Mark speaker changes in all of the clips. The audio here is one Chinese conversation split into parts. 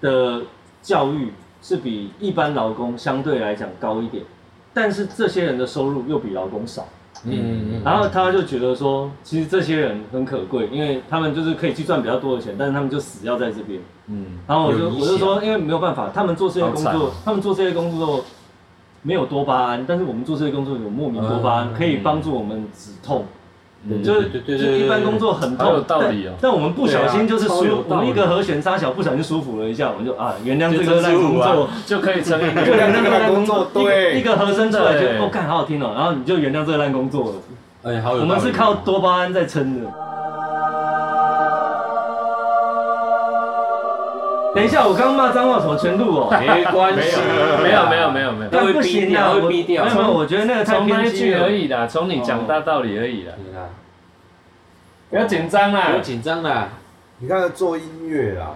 Speaker 1: 的教育是比一般劳工相对来讲高一点，但是这些人的收入又比劳工少，
Speaker 2: 嗯
Speaker 1: 然后他就觉得说，其实这些人很可贵，因为他们就是可以去赚比较多的钱，但是他们就死要在这边。
Speaker 2: 嗯
Speaker 1: 然后我就
Speaker 2: 有理
Speaker 1: 我就
Speaker 2: 想
Speaker 1: 说，因为没有办法，他们做这些工
Speaker 2: 好惨
Speaker 1: 作，他们做这些工作没有多巴胺，但是我们做这些工作有莫名多巴胺，
Speaker 2: 嗯
Speaker 1: 可以帮助我们止痛。
Speaker 2: 嗯
Speaker 1: 就是
Speaker 3: 对对对对
Speaker 1: 就是一般
Speaker 3: 对对
Speaker 1: 工作很痛，
Speaker 4: 好有道理哦
Speaker 1: 但但我们不小心就是
Speaker 4: 对啊超有
Speaker 1: 舒，我
Speaker 4: 道
Speaker 1: 们
Speaker 4: 理
Speaker 1: 一个和弦沙小不小心舒服了一下，我们就啊原谅这
Speaker 3: 就
Speaker 1: 个
Speaker 3: 真
Speaker 1: 烂
Speaker 3: 舒
Speaker 1: 工
Speaker 3: 服
Speaker 1: 作
Speaker 3: 啊，
Speaker 4: 就可以成一
Speaker 1: 对，
Speaker 4: 个
Speaker 1: 原谅
Speaker 2: 那
Speaker 1: 这个
Speaker 2: 个烂
Speaker 1: 烂
Speaker 2: 工
Speaker 1: 工
Speaker 2: 作
Speaker 1: 作，
Speaker 2: 对
Speaker 1: 一个一个和声出来
Speaker 4: 对
Speaker 1: 就哦，干好好听哦，然后你就原谅这个烂工作了。
Speaker 2: 哎，
Speaker 3: 哦
Speaker 2: 好
Speaker 1: 我
Speaker 2: 有道理
Speaker 1: 们是靠多巴胺在撑的。等一下，我刚刚骂脏话，什么全录哦？
Speaker 3: 没关
Speaker 4: 没
Speaker 3: 系
Speaker 4: 有， 没有没有没 有没有，
Speaker 1: 但
Speaker 3: 会
Speaker 1: 不
Speaker 3: 逼
Speaker 1: 行啊，
Speaker 3: 掉
Speaker 1: 我
Speaker 3: 会逼掉
Speaker 1: 没有没有，我觉得那个太
Speaker 4: 从那
Speaker 1: 偏
Speaker 4: 一
Speaker 1: 激
Speaker 4: 句
Speaker 1: 了
Speaker 4: 而。已啦，从你讲大道理而已啦，
Speaker 2: 啊
Speaker 3: 你看
Speaker 4: 不要紧张
Speaker 3: 不
Speaker 4: 啦
Speaker 3: 要。紧张啦，
Speaker 2: 你看做音乐啦，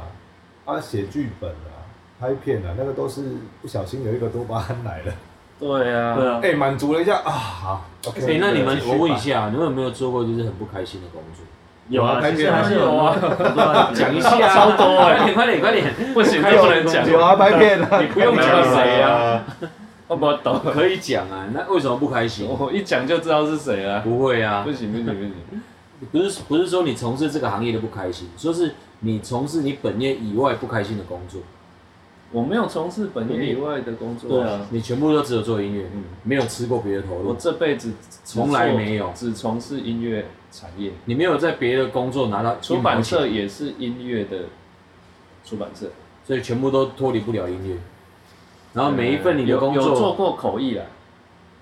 Speaker 2: 啊写剧本啊，拍片啊，那个都是不小心有一个多巴胺来了，
Speaker 4: 对
Speaker 1: 对
Speaker 4: 啊，
Speaker 1: 啊，
Speaker 2: 哎满足了一下啊，好
Speaker 3: 哎、
Speaker 2: ，OK。
Speaker 3: 那你们
Speaker 2: 继续吧
Speaker 3: 我问一，下，你们有没有做过就是很不开心的工作？
Speaker 1: 有啊，其实还是有啊。
Speaker 3: 讲一下、
Speaker 4: 超多 哎
Speaker 3: 快点快点快点，
Speaker 4: 不行，
Speaker 3: 开
Speaker 4: 这
Speaker 3: 始
Speaker 4: 不能讲，
Speaker 2: 有啊，拍片啊，
Speaker 4: 你不用讲谁啊，我不懂，
Speaker 3: 可以讲啊，那为什么不开 心？
Speaker 4: 我一讲就知道是谁了。
Speaker 3: 不会啊
Speaker 4: 不，行不行不行，
Speaker 3: 不是不是说你从事这个行业的不开心，说是你从事你本业以外不开心的工作，
Speaker 4: 我没有从事本业以外的工作。
Speaker 1: 对啊，
Speaker 3: 你全部都只有做音乐，
Speaker 4: 嗯
Speaker 3: 没有吃过别的投
Speaker 4: 我
Speaker 3: 入，
Speaker 4: 这辈子只做
Speaker 3: 从来没有
Speaker 4: 只从事音乐产业，
Speaker 3: 你没有在别的工作拿到
Speaker 4: 出版
Speaker 3: 一毛
Speaker 4: 社
Speaker 3: 钱，
Speaker 4: 也是音乐的出版社。
Speaker 3: 所以全部都脱离不了音乐。然
Speaker 4: 啊
Speaker 3: 后每一份你的
Speaker 4: 有
Speaker 3: 工
Speaker 4: 有做
Speaker 3: 作，
Speaker 4: 过口译啦，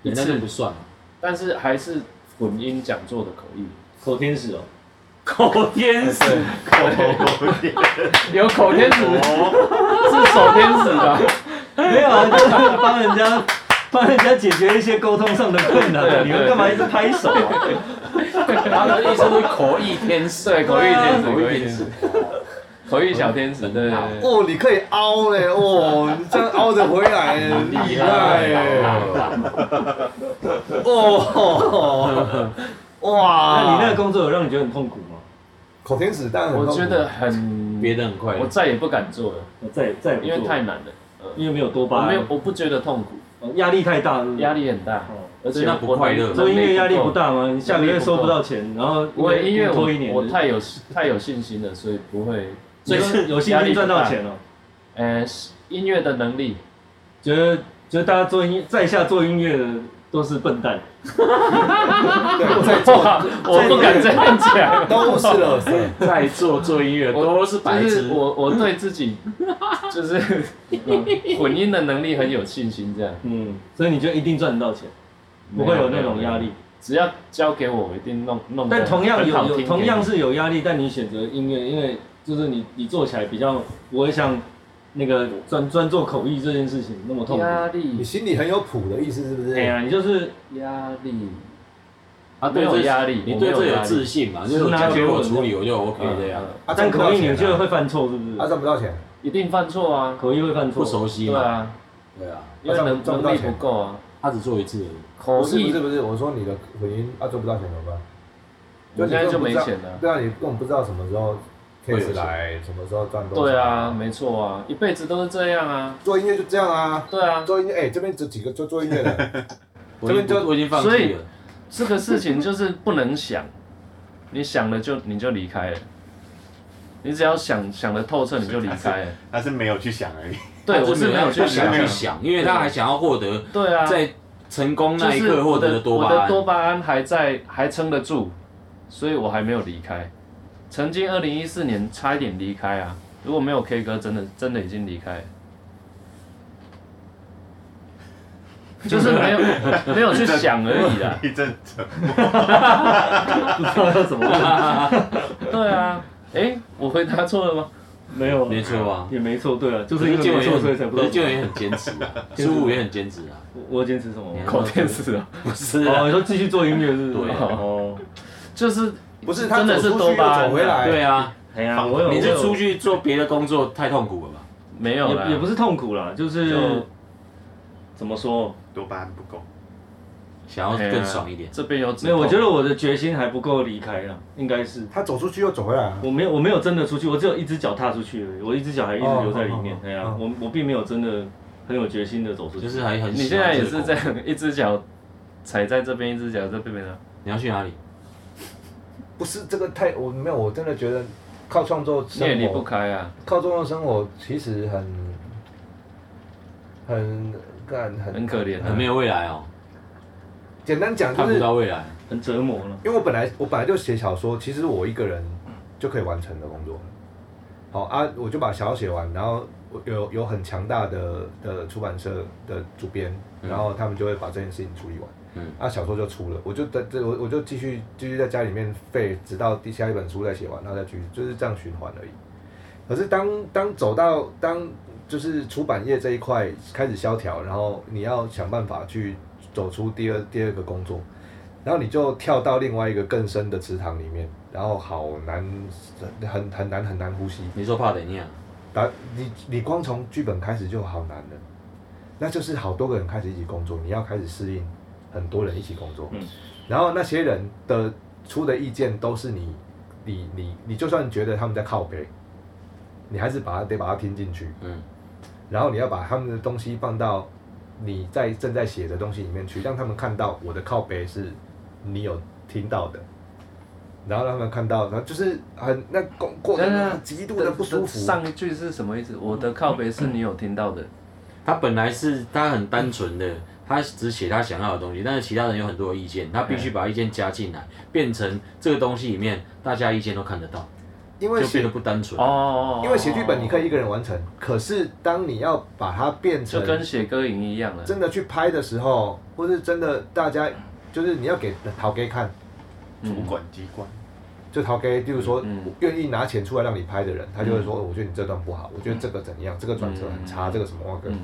Speaker 3: 你
Speaker 4: 一
Speaker 3: 那就
Speaker 4: 次
Speaker 3: 不，算了。
Speaker 4: 但是还是混音讲座的口译，
Speaker 1: 口天使哦，
Speaker 4: 口天使，有口天使，
Speaker 3: 哦
Speaker 4: 是手天使吧？
Speaker 1: 没有啊，就是帮人家帮人家解决一些沟通上的困难。你们干嘛一直拍手 啊？
Speaker 3: 他的意思是口译天使，啊
Speaker 4: 对，口译天使，
Speaker 3: 口
Speaker 4: 口
Speaker 3: 译
Speaker 4: 译
Speaker 3: 天
Speaker 4: 天
Speaker 3: 使
Speaker 4: 使，，口译小天使，对对对对。
Speaker 2: 哦，你可以凹嘞，哦，你这样凹着回来，厉害耶！哦，
Speaker 4: 啊
Speaker 2: 哇，
Speaker 1: 那你那个工作有让你觉得很痛苦吗？
Speaker 2: 口天使，但
Speaker 4: 我觉得很，
Speaker 3: 憋得很快
Speaker 4: 我
Speaker 3: 乐。
Speaker 4: 再也不敢做了，
Speaker 1: 我再也再也不
Speaker 4: 因
Speaker 1: 做
Speaker 4: 为太
Speaker 1: 了，
Speaker 4: 难了。嗯
Speaker 1: 因为没有多
Speaker 4: 我
Speaker 1: 巴
Speaker 4: 没有
Speaker 1: 胺，，
Speaker 4: 我不觉得痛苦，
Speaker 1: 哦压力太大，
Speaker 4: 压力很大
Speaker 1: 哦，
Speaker 4: 而
Speaker 3: 所以
Speaker 4: 且
Speaker 3: 那不快乐
Speaker 4: 我
Speaker 1: 做音乐压力不。
Speaker 4: 我能力够
Speaker 1: 大吗？你下个月收不到钱，然后
Speaker 4: 我的音乐
Speaker 1: 拖一年，
Speaker 4: 我我太有太有信心了，所以不会。
Speaker 1: 所以是有幸运赚到钱了、哦
Speaker 4: 呃，音乐的 能力，
Speaker 1: 觉得觉得大家做音在下做音乐的都是笨蛋，
Speaker 2: 对，在
Speaker 4: 哇，我不敢这 样讲。
Speaker 2: 都是垃圾。
Speaker 3: 在座做音乐都是白
Speaker 4: 就
Speaker 3: 痴，
Speaker 4: 我我对自己就是嗯混音的能力很有信心，这样
Speaker 1: 嗯，所以你就一定赚得到钱，不会有那种压力。
Speaker 4: 只要交给我，我一定弄弄得
Speaker 1: 但
Speaker 4: 很好
Speaker 1: 同
Speaker 4: 听给
Speaker 1: 样
Speaker 4: 你。
Speaker 1: 有有同样是有压力，但你选择音乐，因为就是你你做起来比较不会像那个专专做口译这件事情那么痛苦。
Speaker 4: 压
Speaker 2: 你
Speaker 4: 力，
Speaker 2: 心里很有谱的意思是不
Speaker 1: 哎
Speaker 2: 是？
Speaker 1: 呀，你就是
Speaker 4: 压力，
Speaker 3: 啊，
Speaker 4: 没
Speaker 3: 对
Speaker 4: 有
Speaker 3: 这
Speaker 4: 压力
Speaker 3: 你
Speaker 4: 我
Speaker 3: 对
Speaker 4: 没有
Speaker 3: 这有
Speaker 4: 压力
Speaker 3: 自信嘛？就是
Speaker 1: 是
Speaker 3: 我
Speaker 1: 拿
Speaker 3: 交
Speaker 1: 给
Speaker 3: 给我
Speaker 1: 我
Speaker 3: 处理，我就 OK
Speaker 4: 嗯
Speaker 3: 这样，
Speaker 4: 嗯
Speaker 2: 啊
Speaker 1: 但口译你
Speaker 2: 赚不到钱
Speaker 1: 就
Speaker 2: 啊
Speaker 1: 会犯错，是不
Speaker 2: 啊
Speaker 1: 是？
Speaker 2: 赚不到钱，
Speaker 4: 一定犯错啊，
Speaker 1: 口译会犯错，
Speaker 3: 不熟悉
Speaker 4: 对
Speaker 3: 嘛，
Speaker 4: 啊，
Speaker 3: 对啊，
Speaker 4: 因为能
Speaker 2: 赚
Speaker 4: 能
Speaker 2: 不到
Speaker 4: 力
Speaker 2: 钱
Speaker 4: 不够啊，
Speaker 3: 他只做一次而已，
Speaker 4: 口
Speaker 2: 不是不
Speaker 4: 译
Speaker 2: 是不是，我说你的混音啊赚不到钱怎么办？
Speaker 4: 我现在
Speaker 2: 你
Speaker 4: 就没
Speaker 2: 根本不知道
Speaker 4: 钱了
Speaker 2: 对啊，你根本不知道什么时候
Speaker 3: 会有
Speaker 2: case
Speaker 3: 钱
Speaker 2: 来，什么时候赚多少。
Speaker 4: 对啊，，没错啊，一辈子都是这样啊，
Speaker 2: 做音乐就这样啊。
Speaker 4: 对啊，
Speaker 2: 做音乐，哎、这边这几个做做音乐的，
Speaker 3: 我已
Speaker 2: 这边就
Speaker 3: 经我已经放
Speaker 4: 所
Speaker 3: 弃
Speaker 4: 以
Speaker 3: 了，
Speaker 4: 这个事情就是不能想，你想了就你就离开了，你只要想想的透彻你就离开了。
Speaker 5: 他是没有去想而已。
Speaker 4: 对，
Speaker 3: 他
Speaker 4: 我是没有去
Speaker 3: 他
Speaker 4: 想
Speaker 3: 没有
Speaker 4: 的
Speaker 3: 去。想，因为他还想要获得
Speaker 4: 对啊，
Speaker 3: 在成功
Speaker 4: 就
Speaker 3: 那一
Speaker 4: 是
Speaker 3: 刻获
Speaker 4: 我
Speaker 3: 得
Speaker 4: 的
Speaker 3: 的多巴
Speaker 4: 我的
Speaker 3: 胺。
Speaker 4: 多巴胺还在，还撑得住，所以我还没有离开。曾经二零一四年差一点离开啊，如果没有 K 歌，真的真的已经离开了。就是没 有没有去想而已啊啦，
Speaker 5: 一阵子，
Speaker 1: 不知道要怎么 问，
Speaker 4: 对啊，诶，我回答错了吗？
Speaker 1: 没有啊，
Speaker 3: 没错啊，
Speaker 1: 也没错，对啊，就
Speaker 3: 可
Speaker 1: 是因
Speaker 3: 是
Speaker 1: 为
Speaker 3: 建
Speaker 1: 没
Speaker 3: 伟
Speaker 1: 错，所以才
Speaker 3: 很，
Speaker 1: 不
Speaker 3: 可
Speaker 1: 知道怎
Speaker 3: 是
Speaker 1: 么
Speaker 3: 建伟很坚持啊，
Speaker 1: 坚持
Speaker 3: 苏武也很坚持啊，
Speaker 1: 我我坚持什么？
Speaker 3: 你看
Speaker 4: 口天使啊，
Speaker 3: 不是
Speaker 1: 哦，
Speaker 3: 啊，
Speaker 1: 你说继续做音乐是不是？
Speaker 3: 对啊
Speaker 1: 哦，
Speaker 4: 就是
Speaker 2: 不是他
Speaker 4: 真的是
Speaker 2: 走出
Speaker 4: 多
Speaker 2: 去又
Speaker 4: 巴胺
Speaker 2: 走回
Speaker 4: 啊，
Speaker 2: 来，
Speaker 3: 对啊，
Speaker 1: 哎呀，我有，
Speaker 3: 你
Speaker 1: 我
Speaker 3: 是
Speaker 1: 有
Speaker 3: 出去做别的工作太痛苦了吧？
Speaker 4: 没有啦，
Speaker 1: 也也不是痛苦啦，就是
Speaker 4: 就
Speaker 1: 怎么说？
Speaker 5: 多巴胺不够，
Speaker 3: 想要更爽一点
Speaker 4: 哎呀。这边有指
Speaker 1: 没有，我
Speaker 4: 控
Speaker 1: 觉得我的决心还不够离开啊，应该是
Speaker 2: 他走出去又走回来啊。
Speaker 1: 我没有我没有真的出去，我只有一只脚踏出去而已，我一只脚还一直留在里面
Speaker 2: 哦。
Speaker 1: 哎呀、
Speaker 2: 哦
Speaker 1: 我我并没有真的很有决心的走出去。
Speaker 3: 就是还很
Speaker 4: 你
Speaker 3: 喜
Speaker 4: 现
Speaker 3: 欢
Speaker 4: 在
Speaker 3: 这
Speaker 4: 也
Speaker 3: 个
Speaker 4: 是
Speaker 3: 国
Speaker 4: 这样，一只脚踩在这边，一只脚在这边啊。
Speaker 3: 你要去哪里？
Speaker 2: 不是这个太我没有，我真的觉得靠创作
Speaker 4: 你也离
Speaker 2: 生
Speaker 4: 不
Speaker 2: 活，
Speaker 4: 开啊。
Speaker 2: 靠创作生活其实很很干很
Speaker 4: 很可怜
Speaker 3: 很没有未来哦，
Speaker 2: 简单讲就
Speaker 3: 看
Speaker 2: 是
Speaker 3: 不到未来。
Speaker 1: 很折磨
Speaker 3: 嗯
Speaker 1: 了。
Speaker 2: 因为我本来我本来就写小说，其实我一个人就可以完成的工作了。好啊，我就把小说写完，然后我有有很强大的的出版社的主编，
Speaker 3: 嗯
Speaker 2: 然后他们就会把这件事情处理完。
Speaker 3: 嗯
Speaker 2: 啊，小说就出了，我就等这我我就继续继续在家里面废，直到第下一本书再写完，然后再继续，就是这样循环而已。可是当当走到当就是出版业这一块开始萧条，然后你要想办法去走出第二第二个工作，然后你就跳到另外一个更深的池塘里面，然后好难，很很难很难呼吸。
Speaker 3: 你说怕等一下，
Speaker 2: 打你你光从剧本开始就好难了，那就是好多个人开始一起工作，你要开始适应很多人一起工作，
Speaker 1: 嗯
Speaker 2: 然后那些人的出的意见都是你你你你就算觉得他们在靠背，你还是把它得把它听进去，
Speaker 3: 嗯，
Speaker 2: 然后你要把他们的东西放到你在正在写的东西里面去，让他们看到我的靠背是你有听到的。然后让他们看到，然后就是很那过过程中极度的不舒服。
Speaker 4: 上一句是什么意思？我的靠背是你有听到的，
Speaker 3: 他本来是他很单纯的，他只写他想要的东西，但是其他人有很多的意见，他
Speaker 4: 嗯
Speaker 3: 必须把意见加进来，变成这个东西里面大家意见都看得到，
Speaker 2: 因为
Speaker 3: 就
Speaker 2: 写
Speaker 3: 变得不单纯。
Speaker 4: 哦
Speaker 2: 因为写剧本你可以一个人完成，可是当你要把它变
Speaker 4: 就
Speaker 2: 成
Speaker 4: 跟写歌营一样了。
Speaker 2: 真的去拍的时候，或是真的大家就是你要给陶给看，
Speaker 5: 主管机关，
Speaker 2: 嗯就陶给，例如说
Speaker 4: 嗯
Speaker 2: 愿意拿钱出来让你拍的人，他就会说，哦我觉得你这段不好，我觉得这个怎样，这个转折很差，这个什么哇个。
Speaker 4: 嗯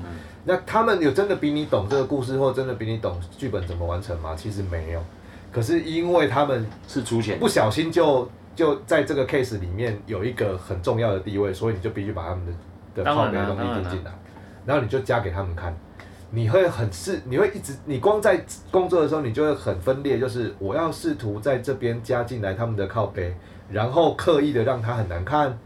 Speaker 2: 那他们有真的比你懂这个故事，或真的比你懂剧本怎么完成吗？其实没有，可是因为他们
Speaker 3: 是出钱
Speaker 2: 不，小心就就在这个 case 里面有一个很重要的地位，所以你就必须把他们的的
Speaker 4: 当
Speaker 2: 靠
Speaker 4: 然
Speaker 2: 背
Speaker 4: 啦
Speaker 2: 的东西
Speaker 4: 当然
Speaker 2: 听
Speaker 4: 啦
Speaker 2: 进来，然后你就加给他们看，你会很试，你会一直，你光在工作的时候，你就会很分裂，就是我要试图在这边加进来他们的靠背，然后刻意的让他很难看，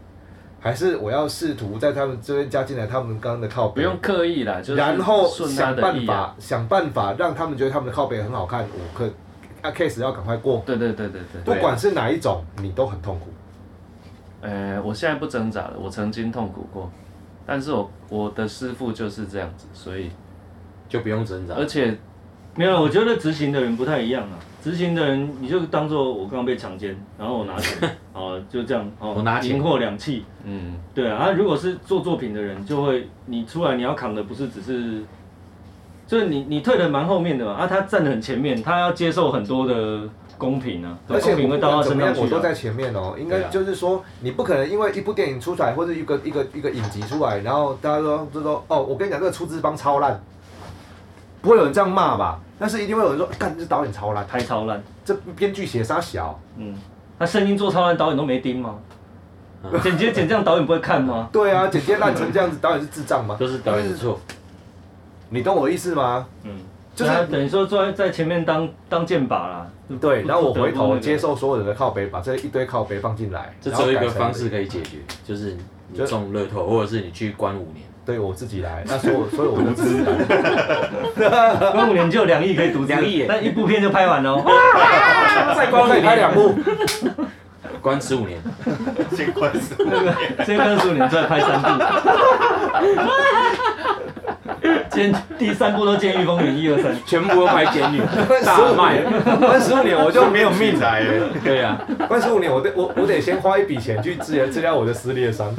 Speaker 2: 还是我要试图在他们这边加进来他们刚刚的靠
Speaker 4: 不
Speaker 2: 背，
Speaker 4: 用刻意啦，就是
Speaker 2: 然后
Speaker 4: 顺他
Speaker 2: 想
Speaker 4: 的
Speaker 2: 办
Speaker 4: 意
Speaker 2: 法、
Speaker 4: 啊。
Speaker 2: 想办法让他们觉得他们的靠背很好看，我可啊 case 要赶快过。
Speaker 4: 对对对对
Speaker 2: 不
Speaker 4: 对。
Speaker 2: 管是哪一种，你都很痛苦。
Speaker 4: 呃，我现在不挣扎了，我曾经痛苦过，但是我我的师傅就是这样子，所以
Speaker 3: 就不用
Speaker 2: 啊
Speaker 3: 挣扎。
Speaker 4: 而且
Speaker 1: 没有，我觉得执行的人不太一样啊。执行的人，你就当做我刚被强奸，然后我拿钱， 哦，就这样，哦，
Speaker 3: 我拿钱
Speaker 1: 银货两讫。
Speaker 4: 嗯，
Speaker 1: 对啊，啊如果是做作品的人，就会你出来你要扛的不是只是，就是你你退的蛮后面的嘛，啊，他站得很前面，他要接受很多的公平啊，
Speaker 2: 而且
Speaker 1: 公平
Speaker 2: 我
Speaker 1: 会
Speaker 2: 不
Speaker 1: 到
Speaker 2: 管
Speaker 1: 他
Speaker 2: 怎
Speaker 1: 身
Speaker 2: 么
Speaker 1: 上
Speaker 2: 样，
Speaker 1: 去、啊。
Speaker 2: 我都在前面哦。应
Speaker 3: 对
Speaker 2: 该
Speaker 3: 啊
Speaker 2: 就是说，你不可能因为一部电影出来或者一个一个一个影集出来，然后大家说就说哦，我跟你讲，这个出资方超烂，不会有人这样骂吧？但是一定会有人说，干这导演超烂，
Speaker 1: 拍超烂，
Speaker 2: 这编剧写啥小？
Speaker 1: 嗯，他声音做超烂，导演都没盯吗
Speaker 3: 嗯？
Speaker 1: 剪接剪这样，导演不会看吗？
Speaker 2: 对啊，剪接烂成这样子，导演是智障吗？
Speaker 3: 都是导演的错，
Speaker 2: 你懂我意思吗？
Speaker 1: 嗯，
Speaker 2: 就
Speaker 1: 那他
Speaker 2: 是
Speaker 1: 等于说坐在在前面当当箭靶啦。
Speaker 2: 对，
Speaker 1: 不
Speaker 2: 然后我回
Speaker 1: 不得不那
Speaker 2: 头
Speaker 1: 个
Speaker 2: 接受所有人的靠背，把这一堆靠背放进来，
Speaker 3: 这
Speaker 2: 然
Speaker 3: 只
Speaker 2: 后
Speaker 3: 有一
Speaker 2: 改
Speaker 3: 个
Speaker 2: 成
Speaker 3: 方式可以解决，就是你中乐透，或者是你去关五年。
Speaker 2: 对我自己来，那所以我所以我就自己来。
Speaker 1: 关五年就有两亿可以独资，
Speaker 3: 两亿耶
Speaker 1: 但一部片就拍完了 哦。
Speaker 2: 再光可以拍两部，
Speaker 3: 关十五年，
Speaker 5: 先关死。
Speaker 1: 先看十五年，再拍三 部。监第三部都《监狱风云》一二三，
Speaker 3: 全部都拍监狱，大卖。
Speaker 2: 关十五年我就没有命
Speaker 5: 来了，
Speaker 3: 对啊，
Speaker 2: 关十五年我得我我得先花一笔钱去治疗治疗我的撕裂伤，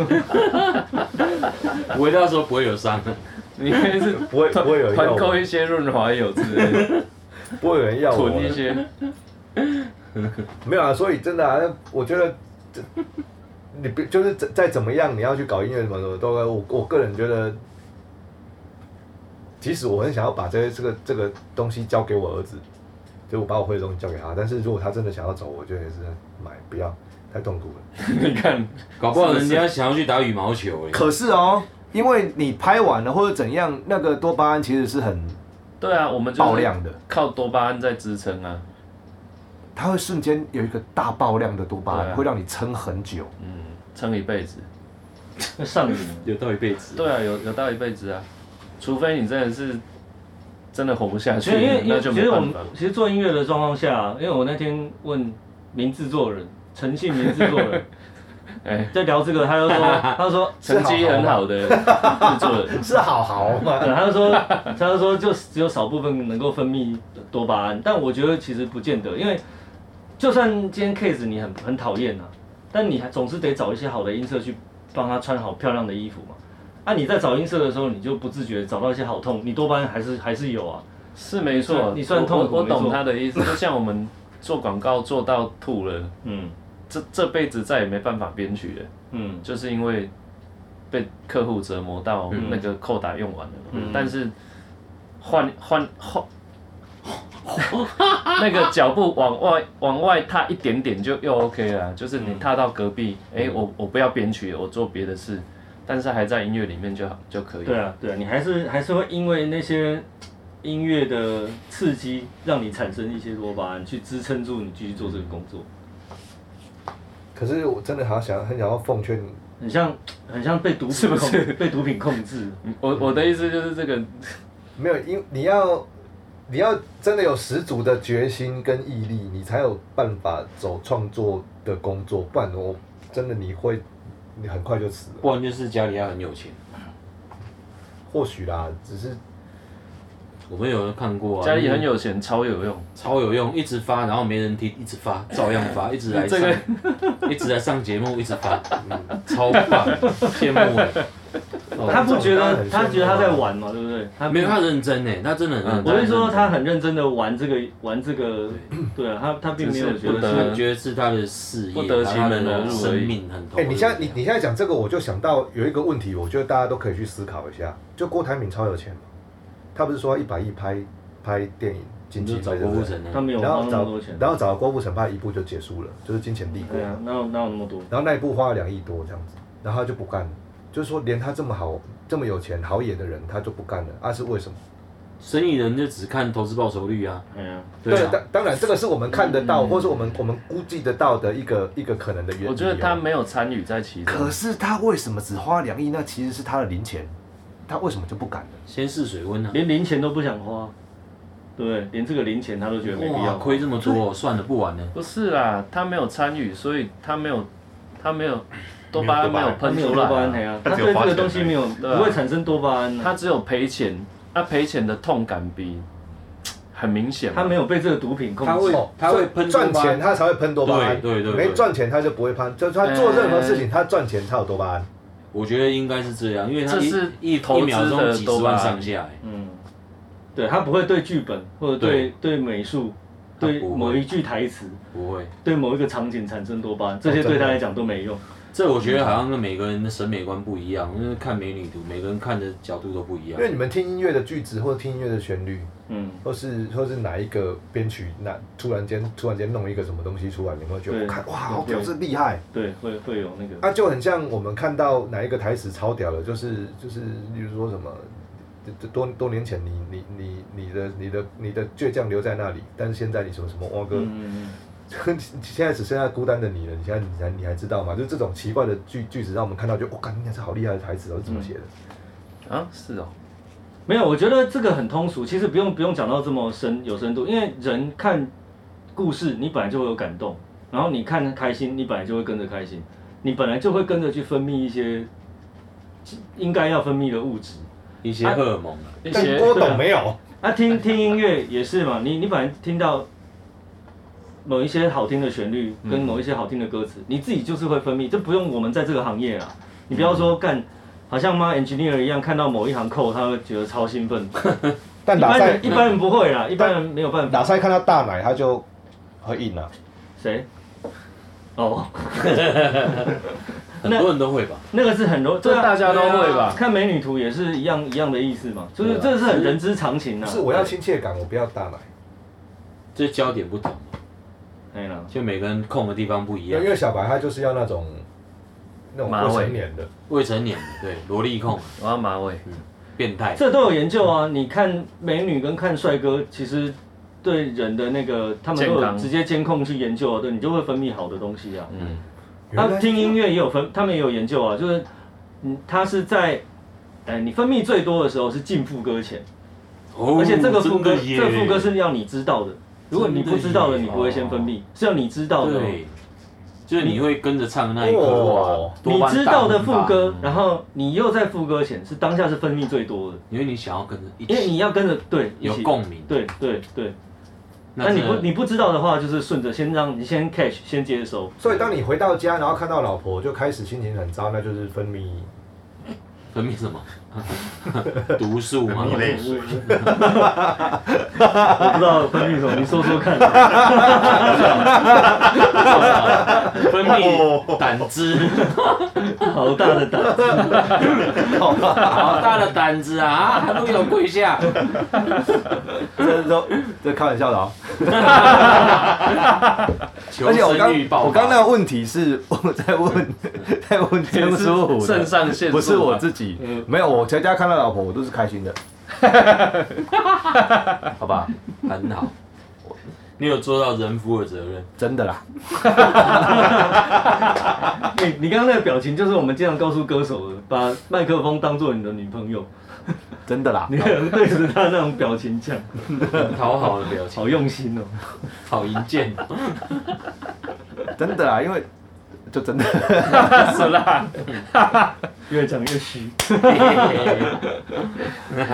Speaker 3: 我味道说不会有伤。
Speaker 4: 你可以是
Speaker 2: 不会不会有人要
Speaker 4: 团
Speaker 2: 我
Speaker 4: 购，一些润滑油之类的，
Speaker 2: 不会有人要我
Speaker 4: 囤
Speaker 2: 了
Speaker 4: 一， 些。
Speaker 2: 没有啊，所以真的啊，我觉得 这你不就是再再怎么样，你要去搞音乐什么的，都我我个人觉得，即使我很想要把这些这个这个东西交给我儿子，就我把我会的东西交给他，但是如果他真的想要走，我觉得也是买不要太痛苦了。
Speaker 4: 你看，
Speaker 3: 搞不好人家想要去打羽毛球欸
Speaker 2: 可是哦，因为你拍完了或者怎样，那个多巴胺其实是很
Speaker 4: 对啊，我们
Speaker 2: 爆
Speaker 4: 就是
Speaker 2: 量的，
Speaker 4: 靠多巴胺在支撑啊。
Speaker 2: 它会瞬间有一个大爆量的多巴
Speaker 4: 对
Speaker 2: 胺，
Speaker 4: 啊
Speaker 2: 会让你撑很久。
Speaker 4: 嗯，撑一辈子。
Speaker 1: 会上瘾。
Speaker 3: 有到一辈子。
Speaker 4: 对啊，有有到一辈子啊，除非你真的是真的活不下
Speaker 1: 其
Speaker 4: 去
Speaker 1: 实因为，因
Speaker 4: 那
Speaker 1: 为
Speaker 4: 就
Speaker 1: 其
Speaker 4: 没
Speaker 1: 实我
Speaker 4: 办
Speaker 1: 们
Speaker 4: 法。
Speaker 1: 其实做音乐的状况下，因为我那天问名制作人，诚信名制作人
Speaker 4: 哎，
Speaker 1: 在聊这个，他就说， 他就说，
Speaker 4: 成绩很好的制作 人，
Speaker 2: 是好好嘛？
Speaker 1: 对，他就说，他就说，就只有少部分能够分泌多巴胺，但我觉得其实不见得，因为就算今天 case 你很很讨厌啊，但你还总是得找一些好的音色去帮他穿好漂亮的衣服嘛。啊，你在找音色的时候，你就不自觉找到一些好痛，你多巴胺还是还是有啊。
Speaker 4: 是没错。
Speaker 1: 你算痛苦
Speaker 4: 我我
Speaker 1: 没错
Speaker 4: 懂他的意思。就像我们做广告做到吐了，
Speaker 1: 嗯
Speaker 4: 这这辈子再也没办法编曲了，
Speaker 1: 嗯
Speaker 4: 就是因为被客户折磨到那个扣打用完了。
Speaker 1: 嗯
Speaker 4: 但是换换换。 那个脚步往外往外踏一点点就又 OK 了，啊就是你踏到隔壁，哎、我我不要编曲，我做别的事，但是还在音乐里面就好就可以。
Speaker 1: 对啊对啊，你还是还是会因为那些音乐的刺激，让你产生一些多巴胺，去支撑住你继续做这个工作。
Speaker 2: 可是我真的好想很想要奉劝
Speaker 1: 很像很像被毒品
Speaker 4: 是不是
Speaker 1: 控被毒品控制？
Speaker 4: 嗯我我的意思就是这个，
Speaker 2: 没有，因你要你要真的有十足的决心跟毅力，你才有办法走创作的工作，不然我真的你会你很快就死了。
Speaker 3: 不然就是家里要很有钱。
Speaker 2: 或许啦，只是
Speaker 3: 我们有人看过啊，
Speaker 4: 家里很有钱，超有用。
Speaker 3: 超有用，一直发，然后没人听，一直发，照样 发，一直来上，
Speaker 4: 这
Speaker 3: 一直来上节目，一直发，嗯、超棒，羡慕 欸。哦
Speaker 1: 他不觉得
Speaker 2: 这种当然很
Speaker 1: 他觉得他
Speaker 2: 羡慕啊
Speaker 1: 在玩嘛，对不对？他
Speaker 3: 没有，他认真呢，他真的很认真。
Speaker 4: 嗯
Speaker 1: 我是说他很认真的玩这个玩这个，对啊，他他并没有
Speaker 4: 只是
Speaker 1: 觉
Speaker 4: 不
Speaker 1: 得
Speaker 4: 得
Speaker 1: 是
Speaker 3: 我觉得是他的事业，
Speaker 4: 不得其
Speaker 3: 他
Speaker 4: 门而入而
Speaker 3: 的
Speaker 4: 已
Speaker 3: 生命很投
Speaker 2: 哎、
Speaker 3: 入。
Speaker 2: 你现在你你现在讲这个，我就想到有一个问题，我觉得大家都可以去思考一下。就郭台铭超有钱嘛，他不是说一百亿拍拍电影
Speaker 3: 你
Speaker 2: 经济
Speaker 3: 就
Speaker 2: 费
Speaker 3: 找
Speaker 2: 对
Speaker 3: 郭
Speaker 2: 不
Speaker 3: 富
Speaker 2: 对？
Speaker 3: 城
Speaker 1: 他
Speaker 3: 啊，
Speaker 1: 没有
Speaker 2: 然
Speaker 1: 花那
Speaker 2: 后
Speaker 1: 么
Speaker 2: 找
Speaker 1: 多钱。
Speaker 2: 然后找郭富城拍一部就结束了，就是《金钱帝国
Speaker 1: 对》啊，哪有哪有那么多？
Speaker 2: 然后那一部花了两亿多这样子，然后他就不干了，就是说连他这么好、这么有钱、好野的人，他就不干了，啊是为什么？
Speaker 3: 生意人就只看投资报酬率啊，
Speaker 1: 哎呀，
Speaker 3: 对啊，
Speaker 2: 当当然这个是我们看得到，或是我们我们估计得到的一个一个可能的原因。啊
Speaker 4: 我觉得他，没有参与在其
Speaker 2: 可
Speaker 4: 中，
Speaker 2: 是他为什么只花两亿？那其实是他的零钱，他为什么就不敢呢？
Speaker 3: 先试水温啊。
Speaker 1: 连零钱都不想花，对不对？连这个零钱他都觉得没必
Speaker 3: 哇，
Speaker 1: 要。
Speaker 3: 亏这么多，算了，不玩了。
Speaker 4: 不是啦，他没有参与，所以他没有他没有多巴胺没有
Speaker 1: 他
Speaker 4: 喷
Speaker 1: 没有
Speaker 4: 出
Speaker 1: 多巴胺，哎
Speaker 4: 来啊，
Speaker 1: 呀，
Speaker 5: 他
Speaker 1: 他
Speaker 5: 只有
Speaker 1: 对这
Speaker 5: 花
Speaker 1: 个
Speaker 5: 钱
Speaker 1: 东西没有
Speaker 4: 对啊
Speaker 1: 不会产生多巴胺啊，
Speaker 4: 他只有赔钱，他赔钱的痛感比很明显啊。
Speaker 1: 他没有被这个毒品控
Speaker 3: 他会
Speaker 1: 制。
Speaker 2: 哦
Speaker 3: 他会喷多巴
Speaker 2: 赚
Speaker 3: 胺
Speaker 2: 钱，他才会喷多巴胺。
Speaker 3: 对对对对哎
Speaker 2: 没赚钱他就不会喷，就是他做任何事情，他赚钱才有多巴胺。
Speaker 3: 我觉得应该是这样，因为他
Speaker 4: 这
Speaker 3: 一
Speaker 4: 是
Speaker 3: 一
Speaker 4: 投
Speaker 3: 一
Speaker 4: 资
Speaker 3: 秒钟
Speaker 4: 的
Speaker 3: 几十
Speaker 4: 多巴
Speaker 3: 万
Speaker 4: 胺
Speaker 3: 上下欸，
Speaker 1: 嗯，对他不会对剧本或者对对美术，
Speaker 3: 他
Speaker 1: 对
Speaker 3: 不会
Speaker 1: 某一句台词，
Speaker 3: 不会。
Speaker 1: 对某一个场景产生多巴胺，这些
Speaker 2: 哦真
Speaker 1: 对
Speaker 2: 的
Speaker 1: 他来讲都没用。
Speaker 3: 这我觉
Speaker 1: 嗯
Speaker 3: 得好像跟每个人的审美观不一样，因为看美女图，每个人看的角度都不一样
Speaker 2: 因。为你们听音乐的句子，或者听音乐的旋律，
Speaker 1: 嗯，
Speaker 2: 或是或是哪一个编曲，那突然间突然间弄一个什么东西出来，你会觉得
Speaker 1: 对
Speaker 2: 我看哇，好
Speaker 1: 对
Speaker 2: 屌，这厉害！
Speaker 1: 对，会会有那个，
Speaker 2: 啊，就很像我们看到哪一个台词超屌的，就是就是，例如说什么，多多多年前你你你你的你的你的倔强留在那里，但是现在你什么什么哇哥，
Speaker 1: 嗯，
Speaker 2: 现在只剩下孤单的你了，你现在你还你还知道吗？就这种奇怪的句句子，让我们看到就我感，你看这好厉害的台词哦，是
Speaker 1: 嗯
Speaker 2: 怎么写的？
Speaker 4: 啊，是哦，
Speaker 1: 没有，我觉得这个很通俗，其实不用不用讲到这么深有深度，因为人看故事，你本来就会有感动，然后你看开心，你本来就会跟着开心，你本来就会跟着去分泌一些应该要分泌的物质。
Speaker 3: 一些荷尔蒙啊，
Speaker 4: 一
Speaker 2: 但
Speaker 4: 些
Speaker 2: 郭
Speaker 1: 对啊
Speaker 2: 董没有，
Speaker 1: 啊，听听音乐也是嘛，你你反正听到某一些好听的旋律跟某一些好听的歌词，你自己就是会分泌，这不用我们在这个行业啊，你不要说干，好像妈 engineer 一样，看到某一行扣，他会觉得超兴奋。
Speaker 2: 但
Speaker 1: 一
Speaker 2: 打
Speaker 1: 般
Speaker 2: 赛
Speaker 1: 人一般人不会啦，一般人没有办法。
Speaker 2: 打赛看到大奶他就会硬啊了、
Speaker 1: 谁？哦，
Speaker 3: 很多人都会吧？
Speaker 1: 那个是很容，
Speaker 4: 这
Speaker 1: 对啊
Speaker 4: 大家都会吧
Speaker 1: 看美女图也是一样一样的意思嘛，就是
Speaker 3: 对啊
Speaker 1: 这是很人之常情
Speaker 2: 不
Speaker 1: 啊。
Speaker 2: 是我要亲切感，我不要大奶。
Speaker 3: 这焦点不同嘛，
Speaker 1: 哎啦，
Speaker 3: 就每个人空的地方不一
Speaker 2: 因
Speaker 3: 样。
Speaker 2: 为小白他就是要那种那种
Speaker 4: 马尾
Speaker 2: 未成年的，
Speaker 3: 未成年的，对，萝莉控，啊
Speaker 4: 我要马尾，
Speaker 3: 变态。
Speaker 1: 这都有研究啊。你看美女跟看帅哥，其实对人的那个，他们都
Speaker 4: 健
Speaker 1: 有
Speaker 4: 康
Speaker 1: 直接监控去研究啊，对你就会分泌好的东西啊。
Speaker 3: 嗯，
Speaker 1: 他、
Speaker 2: 原来
Speaker 1: 听音乐也有分，他们也有研究啊，就是嗯，它是在。哎，你分泌最多的时候是进副歌前，
Speaker 3: 哦
Speaker 1: 而且这个副歌，
Speaker 3: 真的耶
Speaker 1: 这个副歌是要你知道的。如果你不知道的，
Speaker 3: 真的耶
Speaker 1: 你不会先分泌，是要你知道的哦。
Speaker 3: 对，就是你会跟着唱那一刻
Speaker 2: 哦
Speaker 3: 哇，多
Speaker 1: 你
Speaker 3: 巴胺
Speaker 1: 知道的副
Speaker 3: 大喷
Speaker 1: 歌
Speaker 3: 发，，
Speaker 1: 然后你又在副歌前是当下是分泌最多的，
Speaker 3: 因为你想要跟着一
Speaker 1: 因为
Speaker 3: 起
Speaker 1: 你要跟着对一
Speaker 3: 有
Speaker 1: 起
Speaker 3: 共鸣。
Speaker 1: 对对对。那
Speaker 3: 真
Speaker 1: 你
Speaker 3: 的
Speaker 1: 不你不知道的话，就是顺着先让你先 catch 先接收，
Speaker 2: 所以当你回到家，然后看到老婆，就开始心情很糟，那就是分泌
Speaker 3: 分泌什么？毒素吗？
Speaker 5: 分泌泪水，
Speaker 1: 我不知道分泌什么，你说说看。
Speaker 3: 分泌胆汁，
Speaker 1: 好大的胆，
Speaker 3: 好大的胆子啊！啊，陆一龙跪下，
Speaker 2: 这都这开玩笑的哦。
Speaker 3: 求生欲爆发。
Speaker 2: 个问题是我在问 在问江
Speaker 4: 是肾上腺素啊
Speaker 2: 不是我 自己，没有我在家看到老婆，我都是开心的。
Speaker 3: 好吧，很好，你有做到人夫的责任。
Speaker 2: 真的啦，
Speaker 1: 你你刚刚那个表情就是我们经常告诉歌手的，把麦克风当做你的女朋友，
Speaker 2: 真的啦
Speaker 1: 你，可能对着她那种表情讲，
Speaker 3: 讨好的表情，
Speaker 1: 好用心哦。
Speaker 3: 好淫贱，
Speaker 2: 真的啦，因为就真的
Speaker 4: 是啦，
Speaker 1: 越讲越虚，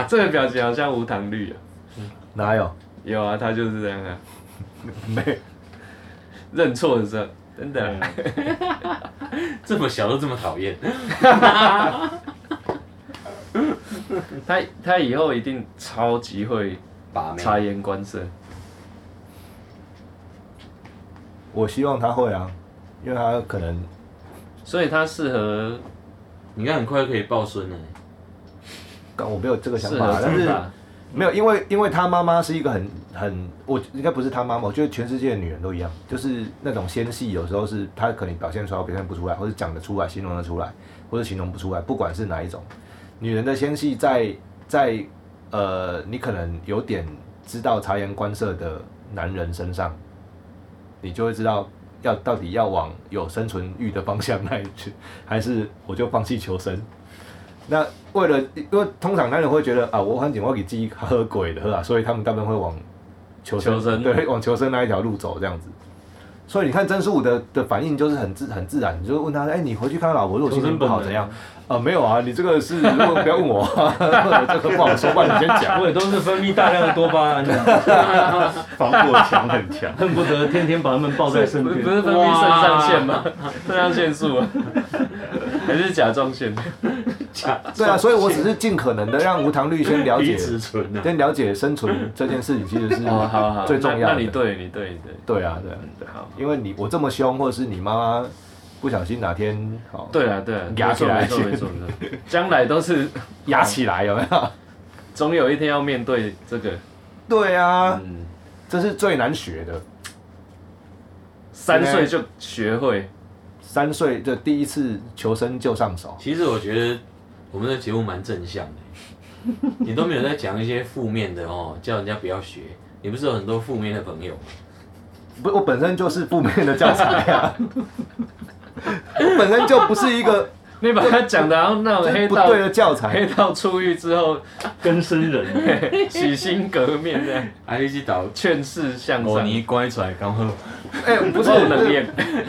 Speaker 4: 这个表情好像无糖绿啊。
Speaker 2: 哪有
Speaker 4: 有啊，他就是这样啊，
Speaker 2: 没
Speaker 4: 认错的时候，真的啊、
Speaker 3: 这么小都这么讨厌，
Speaker 4: 他他以后一定超级会
Speaker 3: 把妹。
Speaker 4: 察言观色。
Speaker 2: 我希望他会啊，因为他可能
Speaker 4: 所以他适合
Speaker 3: 你看很快就可以抱孙了，
Speaker 2: 干我没有这个想
Speaker 4: 适
Speaker 2: 法，
Speaker 4: 合
Speaker 2: 但
Speaker 4: 长
Speaker 2: 是啊
Speaker 4: 大，
Speaker 2: 没有，因为因为他妈妈是一个很很，我应该不是他妈妈，我觉得全世界的女人都一样，就是那种纤细，有时候是她可能表现出来，表现不出来，或者讲得出来，形容得出来，或者形容不出来，不管是哪一种，女人的纤细在在呃，你可能有点知道察言观色的男人身上，你就会知道要到底要往有生存欲的方向 那里去，还是我就放弃求生。那为了，因为通常男人会觉得啊，我很紧，我给自己喝鬼的喝啊，所以他们大部分会往求生，
Speaker 4: 求生
Speaker 2: 对，往求生那一条路走这样子。所以你看真树的的反应就是很自很自然，你就问他，哎、你回去看他老婆，如果心情不好怎样？啊，没有啊，你这个是不要问我、 啊，这个不好说，不然你先讲。
Speaker 1: 我也都是分泌大量的多巴胺啊，。
Speaker 5: 防火墙很强
Speaker 1: 恨不得天天把他们抱在身
Speaker 4: 不是不
Speaker 1: 边。
Speaker 4: 是分泌肾上腺吗？肾上腺素啊，还是甲状腺？
Speaker 2: 对啊，所以我只是尽可能的让无糖绿先了
Speaker 3: 皮
Speaker 2: 解，
Speaker 3: 质醇呢？
Speaker 2: 先了解生存这件事情其实 是
Speaker 4: 哦，好好，
Speaker 2: 嗯最重
Speaker 4: 那
Speaker 2: 要
Speaker 4: 那你
Speaker 2: 的。
Speaker 4: 对，你对，你对，
Speaker 2: 对啊，对啊，
Speaker 4: 嗯好。
Speaker 2: 因为你我这么凶，或者是你妈妈不小心哪天哦好
Speaker 4: 对啊，对啊，
Speaker 2: 压起来
Speaker 4: 没错，没错，没错，没错将来都是
Speaker 2: 压起来有没有？
Speaker 4: 总有一天要面对这个，
Speaker 2: 对啊，
Speaker 4: 嗯，
Speaker 2: 这是最难学的。
Speaker 4: 三岁就学会，
Speaker 2: 三岁的第一次求生就上手，
Speaker 3: 其实我觉得我们的节目蛮正向的，你都没有在讲一些负面的哦，叫人家不要学。你不是有很多负面的朋友吗？
Speaker 2: 不，我本身就是负面的教材啊， 我本身就不是一个
Speaker 4: 你把它讲的，然后那种黑
Speaker 2: 不
Speaker 4: 道
Speaker 2: 对的教材。
Speaker 4: 黑道出狱之后，
Speaker 1: 跟生人，
Speaker 4: 洗心革面这样，
Speaker 3: 还一起倒
Speaker 4: 劝世向
Speaker 3: 哦，
Speaker 4: 上，
Speaker 3: 你乖出来刚好。
Speaker 2: 哎、不是，
Speaker 4: 不能演，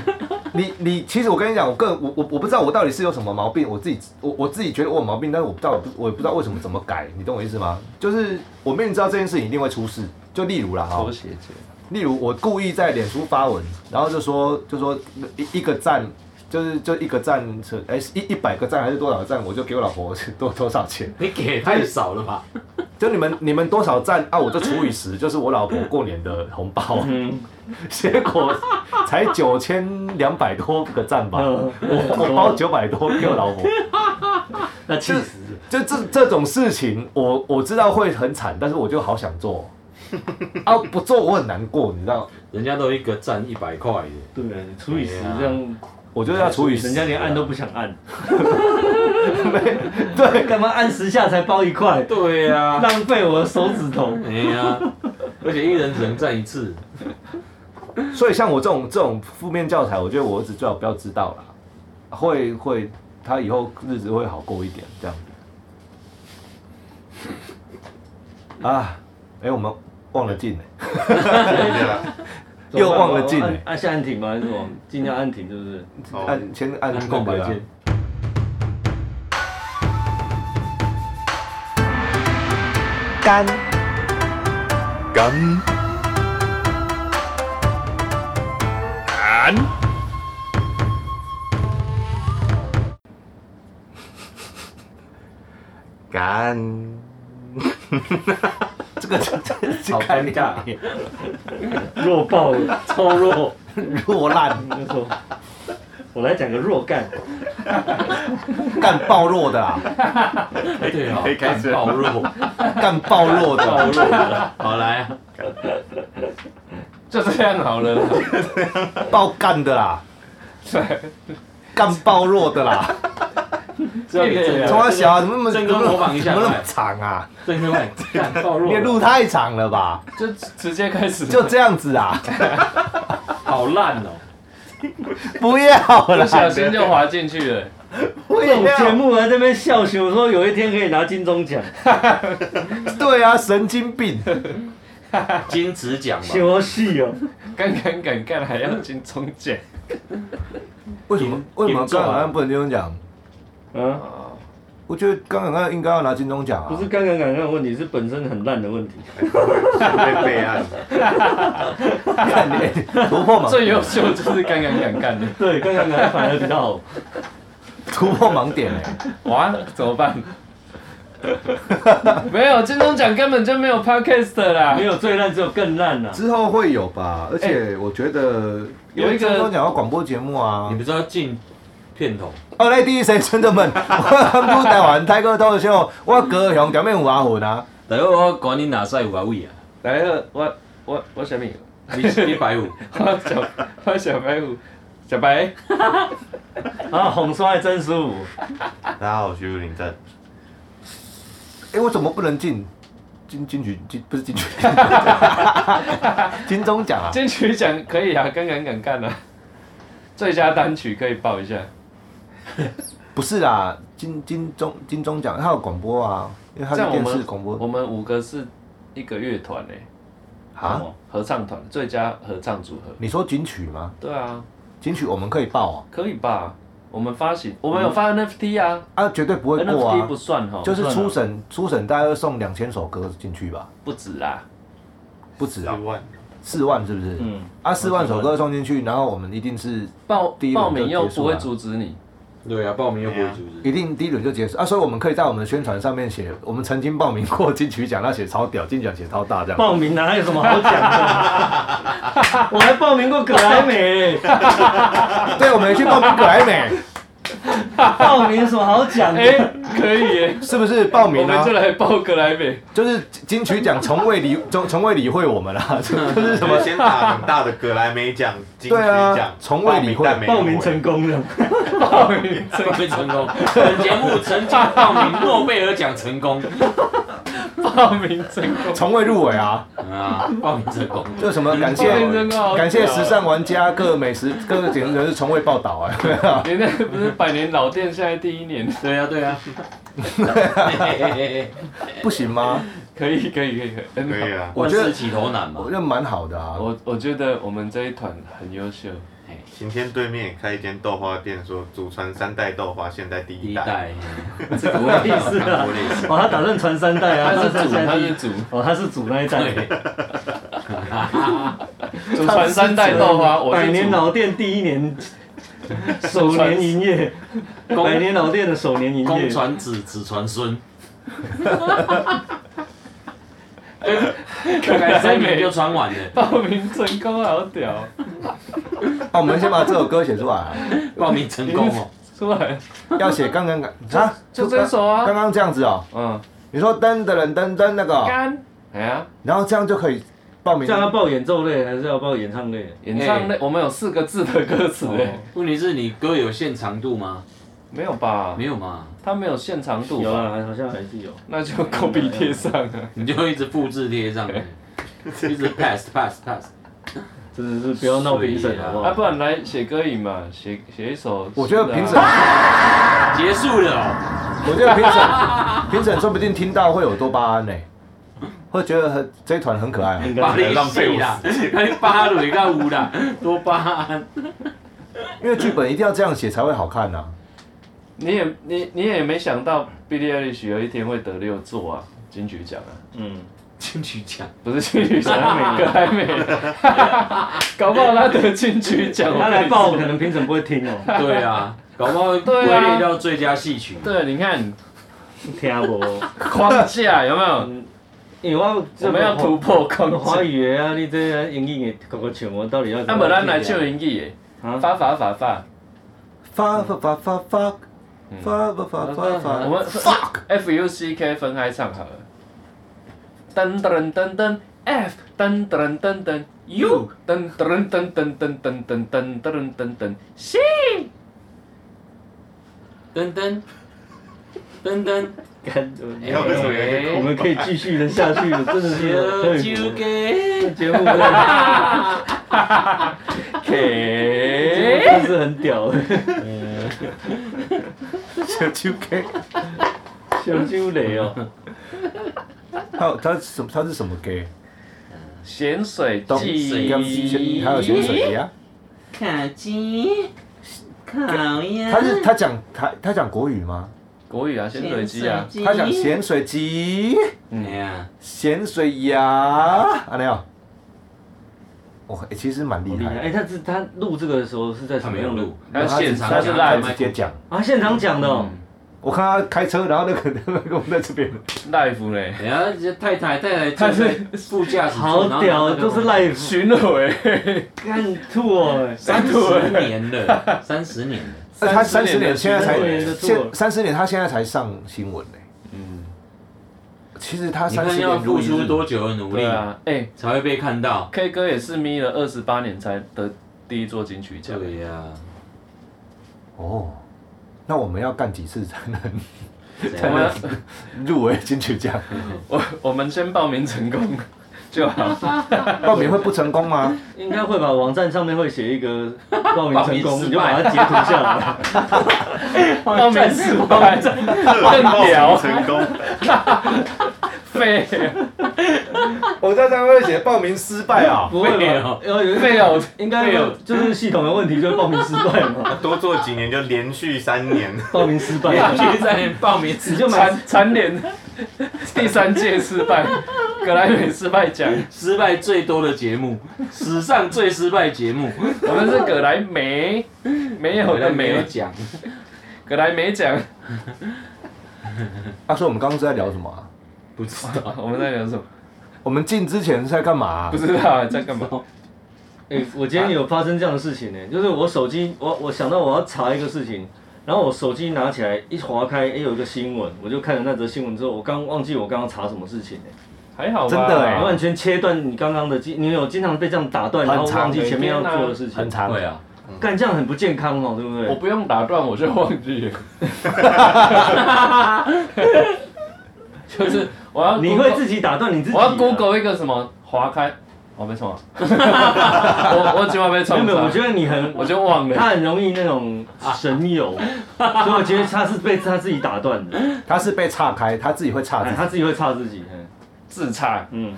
Speaker 2: 你你，其实我跟你讲，我个人我我我不知道我到底是有什么毛病，我自己我我自己觉得我有毛病，但是我不知道我不我也不知道为什么怎么改，你懂我意思吗？就是我明明知道这件事情一定会出事，就例如啦哈
Speaker 4: 拖，鞋姐，
Speaker 2: 例如我故意在脸书发文，然后就说就说一一个赞。就是就一个赞，哎、一一百个赞还是多少个赞，我就给我老婆 多多少钱。
Speaker 3: 你给太少了吧？
Speaker 2: 就你们你们多少赞啊，我就除以十，就是我老婆过年的红包。
Speaker 1: 嗯，
Speaker 2: 结果才九千两百多个赞吧，
Speaker 1: 嗯
Speaker 2: 我我包九百多给我老婆，
Speaker 1: 那气死了。
Speaker 2: 就这这种事情，我我知道会很惨，但是我就好想做，啊不做我很难过，你知道，
Speaker 3: 人家都一个赞一百块的，
Speaker 2: 哎
Speaker 1: 对，除以十这样，
Speaker 2: 我就要除以
Speaker 1: 人
Speaker 2: 十，
Speaker 1: 家连按都不想按。对，干嘛按十下才包一块？
Speaker 3: 对
Speaker 2: 啊
Speaker 3: 呀、
Speaker 1: 浪费我的手指头。
Speaker 3: 哎呀，而且一人只能站一次，
Speaker 2: 所以像我这种这种负面教材，我觉得我儿子最好不要知道啦，会会他以后日子会好过一点这样 子。啊，哎、我们忘了进、欸，又忘了进、
Speaker 1: 按
Speaker 2: 欸，
Speaker 1: 按下按停吗？还是什么？尽量按停，是不是？
Speaker 5: 哦，
Speaker 2: 按先按
Speaker 3: 按空白键。
Speaker 2: 干
Speaker 5: 干干，
Speaker 2: 啊
Speaker 5: 干，
Speaker 2: 这个真的是
Speaker 3: 好
Speaker 2: 看
Speaker 3: 尴
Speaker 2: 脸
Speaker 3: 尬，
Speaker 1: 弱爆了，超弱。
Speaker 2: 弱烂
Speaker 1: 那时候我来讲个弱干，
Speaker 2: 干暴弱的啊，
Speaker 3: 哎对哦
Speaker 5: 可以，开
Speaker 3: 干
Speaker 5: 始
Speaker 3: 暴露，
Speaker 2: 干暴弱的
Speaker 3: 暴
Speaker 2: 啊，
Speaker 3: 露了，好来啊，
Speaker 4: 就这样好 了。
Speaker 2: 暴干的啦，
Speaker 4: 对，
Speaker 2: 干暴弱的啦。
Speaker 3: 这样可以
Speaker 2: 从
Speaker 3: 了，
Speaker 2: 他小啊，怎么那么
Speaker 3: 郑哥模仿一下
Speaker 2: 怎么那么长啊？
Speaker 3: 对对对，干暴露
Speaker 2: 你的
Speaker 3: 了，
Speaker 2: 路太长了吧？
Speaker 4: 就直接开始，
Speaker 2: 就这样子啊？
Speaker 3: 好烂哦，
Speaker 2: 不要
Speaker 4: 不
Speaker 2: 了，
Speaker 4: 小心就滑进去了。
Speaker 2: 不
Speaker 1: 这种节
Speaker 2: 要。
Speaker 1: 目还在那边笑我说有一天可以拿金钟 奖，
Speaker 2: 对啊，神经病，
Speaker 3: 金子奖嘛，
Speaker 1: 笑戏 哦。
Speaker 4: 干干干干还要进中奖
Speaker 2: 为什么为什么刚好像不能金钟奖？
Speaker 1: 嗯，
Speaker 4: 哦，
Speaker 2: 我觉得刚刚刚应该要拿金钟奖啊
Speaker 1: 不。是刚刚刚刚的问题，是本身很烂的问题。
Speaker 5: 被备案，
Speaker 2: 看你突破盲
Speaker 4: 最优秀就是干干干干的。
Speaker 1: 对，刚刚刚反而比较 好。
Speaker 2: 突破盲点哎，
Speaker 4: 哇，怎么办？ 没有金钟奖根本就没有 podcast 啦
Speaker 1: 没。有最烂，只有更烂啊呐、
Speaker 2: 之后会有吧？而且我觉得
Speaker 4: 有一个
Speaker 2: 因为金钟奖要广播节目啊
Speaker 3: 你。不是要进片头，
Speaker 2: 好嘞，第一谁村的们，我们台湾泰哥脱秀，我高雄表面有阿混啊，
Speaker 3: 大家我管你哪赛有啊位啊，
Speaker 4: 来了，我我我小米，
Speaker 3: 你你百五，
Speaker 4: 我小我小白虎，小白，
Speaker 1: 啊，红刷真舒服。
Speaker 5: 大家好，我是吴林正，
Speaker 2: 哎，我怎么不能进金金曲金不是金曲金钟奖啊？
Speaker 4: 金曲奖可以啊，干干干干啊。最佳单曲可以报一下，
Speaker 2: 不是啦，金金钟金钟奖它有广播啊，因为它
Speaker 4: 这
Speaker 2: 是
Speaker 4: 样我
Speaker 2: 电视
Speaker 4: 们
Speaker 2: 广播
Speaker 4: 我们五个是一个乐团诶，
Speaker 2: 啊。
Speaker 4: 合唱团最佳合唱组合。
Speaker 2: 你说金曲吗？
Speaker 4: 对啊，
Speaker 2: 金曲我们可以报啊，
Speaker 4: 可以吧？我们发行，我们有发 NFT 啊
Speaker 2: 啊绝对不会过
Speaker 4: ，NFT
Speaker 2: 啊
Speaker 4: 不，算哈，
Speaker 2: 就是
Speaker 1: 不算啊
Speaker 2: 初审初审大概会送两千首歌进去吧，
Speaker 4: 不止啦。
Speaker 2: 不止
Speaker 5: 四
Speaker 2: 啊，
Speaker 5: 万，
Speaker 2: 四万是不是？
Speaker 1: 嗯，
Speaker 2: 啊四万首歌送进去，然后我们一定是
Speaker 4: 报
Speaker 2: 第一轮
Speaker 4: 报名又
Speaker 2: 就结束
Speaker 4: 不会
Speaker 2: 了
Speaker 4: 阻止你，
Speaker 3: 对啊，报名又不会阻止，
Speaker 2: 一定第一轮就结束啊，所以我们可以在我们的宣传上面写，我们曾经报名过金曲奖，那写超屌，金曲奖写超大这样。
Speaker 1: 报名哪有什么好讲的？ 我还报名过葛莱美、
Speaker 2: 对，我们也去报名格莱美，
Speaker 1: 报名有什么好讲的？
Speaker 4: 哎，可以耶，
Speaker 2: 是不是报
Speaker 4: 我
Speaker 2: 名
Speaker 4: 们
Speaker 2: 啊
Speaker 4: 就？来报格莱美，
Speaker 2: 就是金曲奖从未理从从未理会我们啦，
Speaker 5: 就是什么先打很大的格莱美奖、金曲
Speaker 2: 对啊
Speaker 5: 奖，
Speaker 2: 从未理会
Speaker 5: 报名但没
Speaker 1: 报名成功了，
Speaker 4: 报名成
Speaker 3: 会成功，本节目曾经报名诺贝尔奖成功，
Speaker 4: 报名成功，
Speaker 2: 从未入围啊。
Speaker 3: 啊，报名成功，
Speaker 2: 就什么感
Speaker 4: 报名
Speaker 2: 谢
Speaker 4: 成功好屌，啊
Speaker 2: 感谢时尚玩家、各美食、各个简直是从未报道哎、
Speaker 4: 你那个不是百年老店，现在第一年，
Speaker 3: 对啊对啊，
Speaker 2: 不行吗？
Speaker 4: 可以可以可以可以，很
Speaker 5: 可以
Speaker 4: 好。
Speaker 5: 啊，
Speaker 2: 我
Speaker 3: 万
Speaker 2: 觉得
Speaker 3: 事起头难嘛
Speaker 2: 我，觉得蛮好的啊。
Speaker 4: 我我觉得我们这一团很优秀，
Speaker 5: 晴天对面也开一间豆花店，说祖传三代豆花，现在第
Speaker 3: 第
Speaker 5: 一
Speaker 3: 一
Speaker 5: 代。
Speaker 3: 代，
Speaker 1: 这 个我也是啊
Speaker 5: 我。也是
Speaker 1: 哦，他打算传三代啊，
Speaker 4: 他是主，
Speaker 1: 现在
Speaker 4: 他
Speaker 1: 第
Speaker 4: 是
Speaker 1: 一
Speaker 4: 主，
Speaker 1: 哦，他是主那一代，
Speaker 3: 对，
Speaker 4: 祖传三代豆花，我
Speaker 1: 百
Speaker 4: 是
Speaker 1: 年
Speaker 4: 主，
Speaker 1: 老店第一 年首年营业，百年老店的首年营
Speaker 3: 公
Speaker 1: 业，
Speaker 3: 传子，子传 孙。大概三年就传完了，
Speaker 4: 报名成功，好屌，
Speaker 2: 那、我们先把这首歌写出来啊、
Speaker 3: 报名成功哦。
Speaker 4: 出来，
Speaker 2: 要写刚刚啊，
Speaker 4: 就这首啊
Speaker 2: 刚刚这样子哦、
Speaker 4: 嗯，
Speaker 2: 你说噔的人噔噔那个哦、
Speaker 4: 干，哎呀，
Speaker 2: 然后这样就可以报名
Speaker 1: 这。样要报演奏类还是要报演唱类？
Speaker 4: 演唱类我们有四个字的歌词哎。
Speaker 3: 问题是你歌有现长度吗？
Speaker 4: 没有吧？
Speaker 3: 没有嘛？
Speaker 4: 它没有现长度
Speaker 1: 有啊
Speaker 4: 吧，
Speaker 1: 啦，好像还是有。
Speaker 4: 那就 copy 贴上啊。
Speaker 3: 你就一直复制贴上去，一直 pass pass pass。
Speaker 1: 真的是不要闹评审
Speaker 3: 所以
Speaker 1: 好
Speaker 3: 啊
Speaker 1: 不
Speaker 4: 啊，
Speaker 1: 好？
Speaker 4: 不然来写歌影嘛，写写一首。啊
Speaker 2: 我觉得评审，
Speaker 3: 结束了哦，
Speaker 2: 我觉得评审， 评审说不定听到会有多巴胺呢、会觉得很这一团很可爱、啊。
Speaker 1: 应
Speaker 3: 巴
Speaker 1: 该
Speaker 3: 黎
Speaker 1: 是
Speaker 5: 浪费
Speaker 3: 戏
Speaker 5: 我
Speaker 3: 啦，还巴雷到乌啦，多巴胺。
Speaker 2: 因为剧本一定要这样写才会好看啊呐、
Speaker 4: 你也你你也没想到 Billie Eilish 有一天会得六座啊，金曲奖啊，
Speaker 1: 嗯，
Speaker 3: 金曲 奖，
Speaker 4: 不是金曲奖，葛莱 美，搞不好他得金曲奖，
Speaker 1: 他来报可能评审不会听哦，
Speaker 3: 对啊，搞不好
Speaker 4: 对
Speaker 3: 归
Speaker 4: 啊
Speaker 3: 类到最佳戏曲。
Speaker 4: 对，你看
Speaker 1: 听不懂？
Speaker 4: 框架有没有？
Speaker 1: 嗯，因为我
Speaker 4: 我们要突破框
Speaker 1: 华
Speaker 4: 架。
Speaker 1: 语的啊，你这个英语的各个全我到底要怎
Speaker 4: 那
Speaker 1: 么
Speaker 4: 么
Speaker 1: 去啊？
Speaker 4: 咱来唱英语的，
Speaker 1: 啊
Speaker 4: 发发发发，嗯
Speaker 2: 发发发发发发发发发
Speaker 4: 我
Speaker 2: 发，
Speaker 4: 们 F U C K 分开唱好了。噔噔噔噔 F 噔噔噔噔 U 噔噔噔噔噔噔噔噔噔噔噔 C。
Speaker 3: 噔噔噔噔，
Speaker 1: 干
Speaker 5: 你要不要有一
Speaker 1: 我
Speaker 5: 个
Speaker 1: 们可以继续的下去了，真的
Speaker 3: 小
Speaker 1: 是
Speaker 3: 酒
Speaker 1: 很苦。
Speaker 3: 给
Speaker 1: 这节目真的
Speaker 4: K
Speaker 1: 真的是很屌，哎
Speaker 2: 这就 K，
Speaker 1: 小酒雷哦，
Speaker 2: 他他什么他是什么 K？
Speaker 4: 咸水
Speaker 2: 东
Speaker 4: 鸡，
Speaker 2: 还有咸水啊鸭，
Speaker 3: 卡机，烤鸭
Speaker 2: 他是他讲他他讲国语吗？
Speaker 4: 国语啊，咸水鸡啊，
Speaker 2: 他讲咸水鸡、
Speaker 3: 哎呀，
Speaker 2: 咸水鸭，啊没有。哇、欸，其实蛮 厉
Speaker 1: 好厉
Speaker 2: 害
Speaker 1: 害！
Speaker 2: 的。
Speaker 1: 哎，他这他录这个的时候是在什
Speaker 3: 他
Speaker 1: 么
Speaker 3: 没有
Speaker 1: 样的
Speaker 3: 录，
Speaker 4: 他现场
Speaker 2: 他
Speaker 4: 是
Speaker 2: 是
Speaker 4: live
Speaker 2: 直接讲。
Speaker 1: 啊？现场讲的哦，
Speaker 2: 我看他开车，然后那个那个我们在这边，
Speaker 4: live 嘞，
Speaker 3: 等下这哎太太太太坐在副驾驶座，
Speaker 1: 好屌，都是 live，
Speaker 4: 巡欸回，
Speaker 1: 干吐哦！ 哎
Speaker 3: 三十年了，三十年了，
Speaker 2: 那他三十年现在
Speaker 1: 30年的
Speaker 2: 才
Speaker 1: 做
Speaker 2: 现三十年，他现在才上新闻呢、其实他
Speaker 3: 你
Speaker 2: 三
Speaker 3: 看
Speaker 2: 十
Speaker 3: 要
Speaker 2: 年如
Speaker 3: 付
Speaker 2: 一日
Speaker 3: 出多久的努力
Speaker 4: 对啊，哎
Speaker 3: 才会被看到？
Speaker 4: ，K 歌也是眯了二十八年才得第一座金曲奖，
Speaker 3: 对呀、
Speaker 2: 哦，那我们要干几次才哎能
Speaker 4: 我们
Speaker 2: 入围金曲奖？
Speaker 4: 我我们先报名成功 就
Speaker 2: 哦
Speaker 4: 好，
Speaker 2: 报名会不成功吗？
Speaker 1: 应该会吧，网站上面会写一 个报名成
Speaker 3: 报名
Speaker 1: 功，
Speaker 3: 失败
Speaker 1: 你就把它截图下来。
Speaker 4: 报名失败，
Speaker 5: 特报
Speaker 4: 屌
Speaker 5: 名成功，
Speaker 4: 废啊
Speaker 2: 我在上面会写报名失败啊、
Speaker 1: 不会
Speaker 3: 没
Speaker 1: 吧
Speaker 3: 有？
Speaker 1: 要有
Speaker 4: 废哦，
Speaker 1: 应该
Speaker 4: 没
Speaker 1: 有
Speaker 4: 有，
Speaker 1: 就是系统的问题，就是报名失败 嘛，
Speaker 5: 多做几年就连续三年，
Speaker 1: 报名失败，
Speaker 3: 连续在报名
Speaker 1: 你就买
Speaker 4: 蝉蝉联第三届失败，格莱美失败奖，
Speaker 3: 失败最多的节目，史上最失败节目，
Speaker 4: 我们是格莱美，没有的
Speaker 3: 没有
Speaker 4: 美，
Speaker 3: 奖，
Speaker 4: 格莱美奖，
Speaker 2: 他说我们刚刚是在聊什么、啊？
Speaker 3: 不知 道。
Speaker 4: 我们在聊什么？
Speaker 2: 我们进之前是在干嘛啊、
Speaker 4: 不知道在干嘛。
Speaker 1: 哎、我今天有发生这样的事情呢、就是我手机，我我想到我要查一个事情，然后我手机拿起来一划开，哎、有一个新闻，我就看了那则新闻之后，我刚忘记我刚刚查什么事情呢、
Speaker 4: 还好吧，
Speaker 2: 真的哎
Speaker 1: 欸，完全切断你刚刚的记，你有经常被这样打断，然后
Speaker 2: 很长
Speaker 1: 忘记前面要
Speaker 4: 每天啊
Speaker 1: 做的事情
Speaker 2: 很，长
Speaker 3: 会，啊，
Speaker 1: 干这样很不健康哦、对不
Speaker 4: 我
Speaker 1: 对？
Speaker 4: 不用打断我就忘记了，就是我要 Google,
Speaker 1: 你会自己打断你自己、啊
Speaker 4: 我要 Google 一个什么划开，我、没 什么，我我今晚被
Speaker 1: 没有
Speaker 4: 冲
Speaker 1: 没有，我觉
Speaker 4: 上，
Speaker 1: 得你很，
Speaker 4: 我就啊忘了，
Speaker 1: 他很容易那种神 游，所以我觉得他是被他自己打断的，
Speaker 2: 他是被岔开，他自己会岔
Speaker 1: 哎
Speaker 2: 自己。
Speaker 1: 他自己会插自己。哎
Speaker 4: 自差，
Speaker 1: 嗯，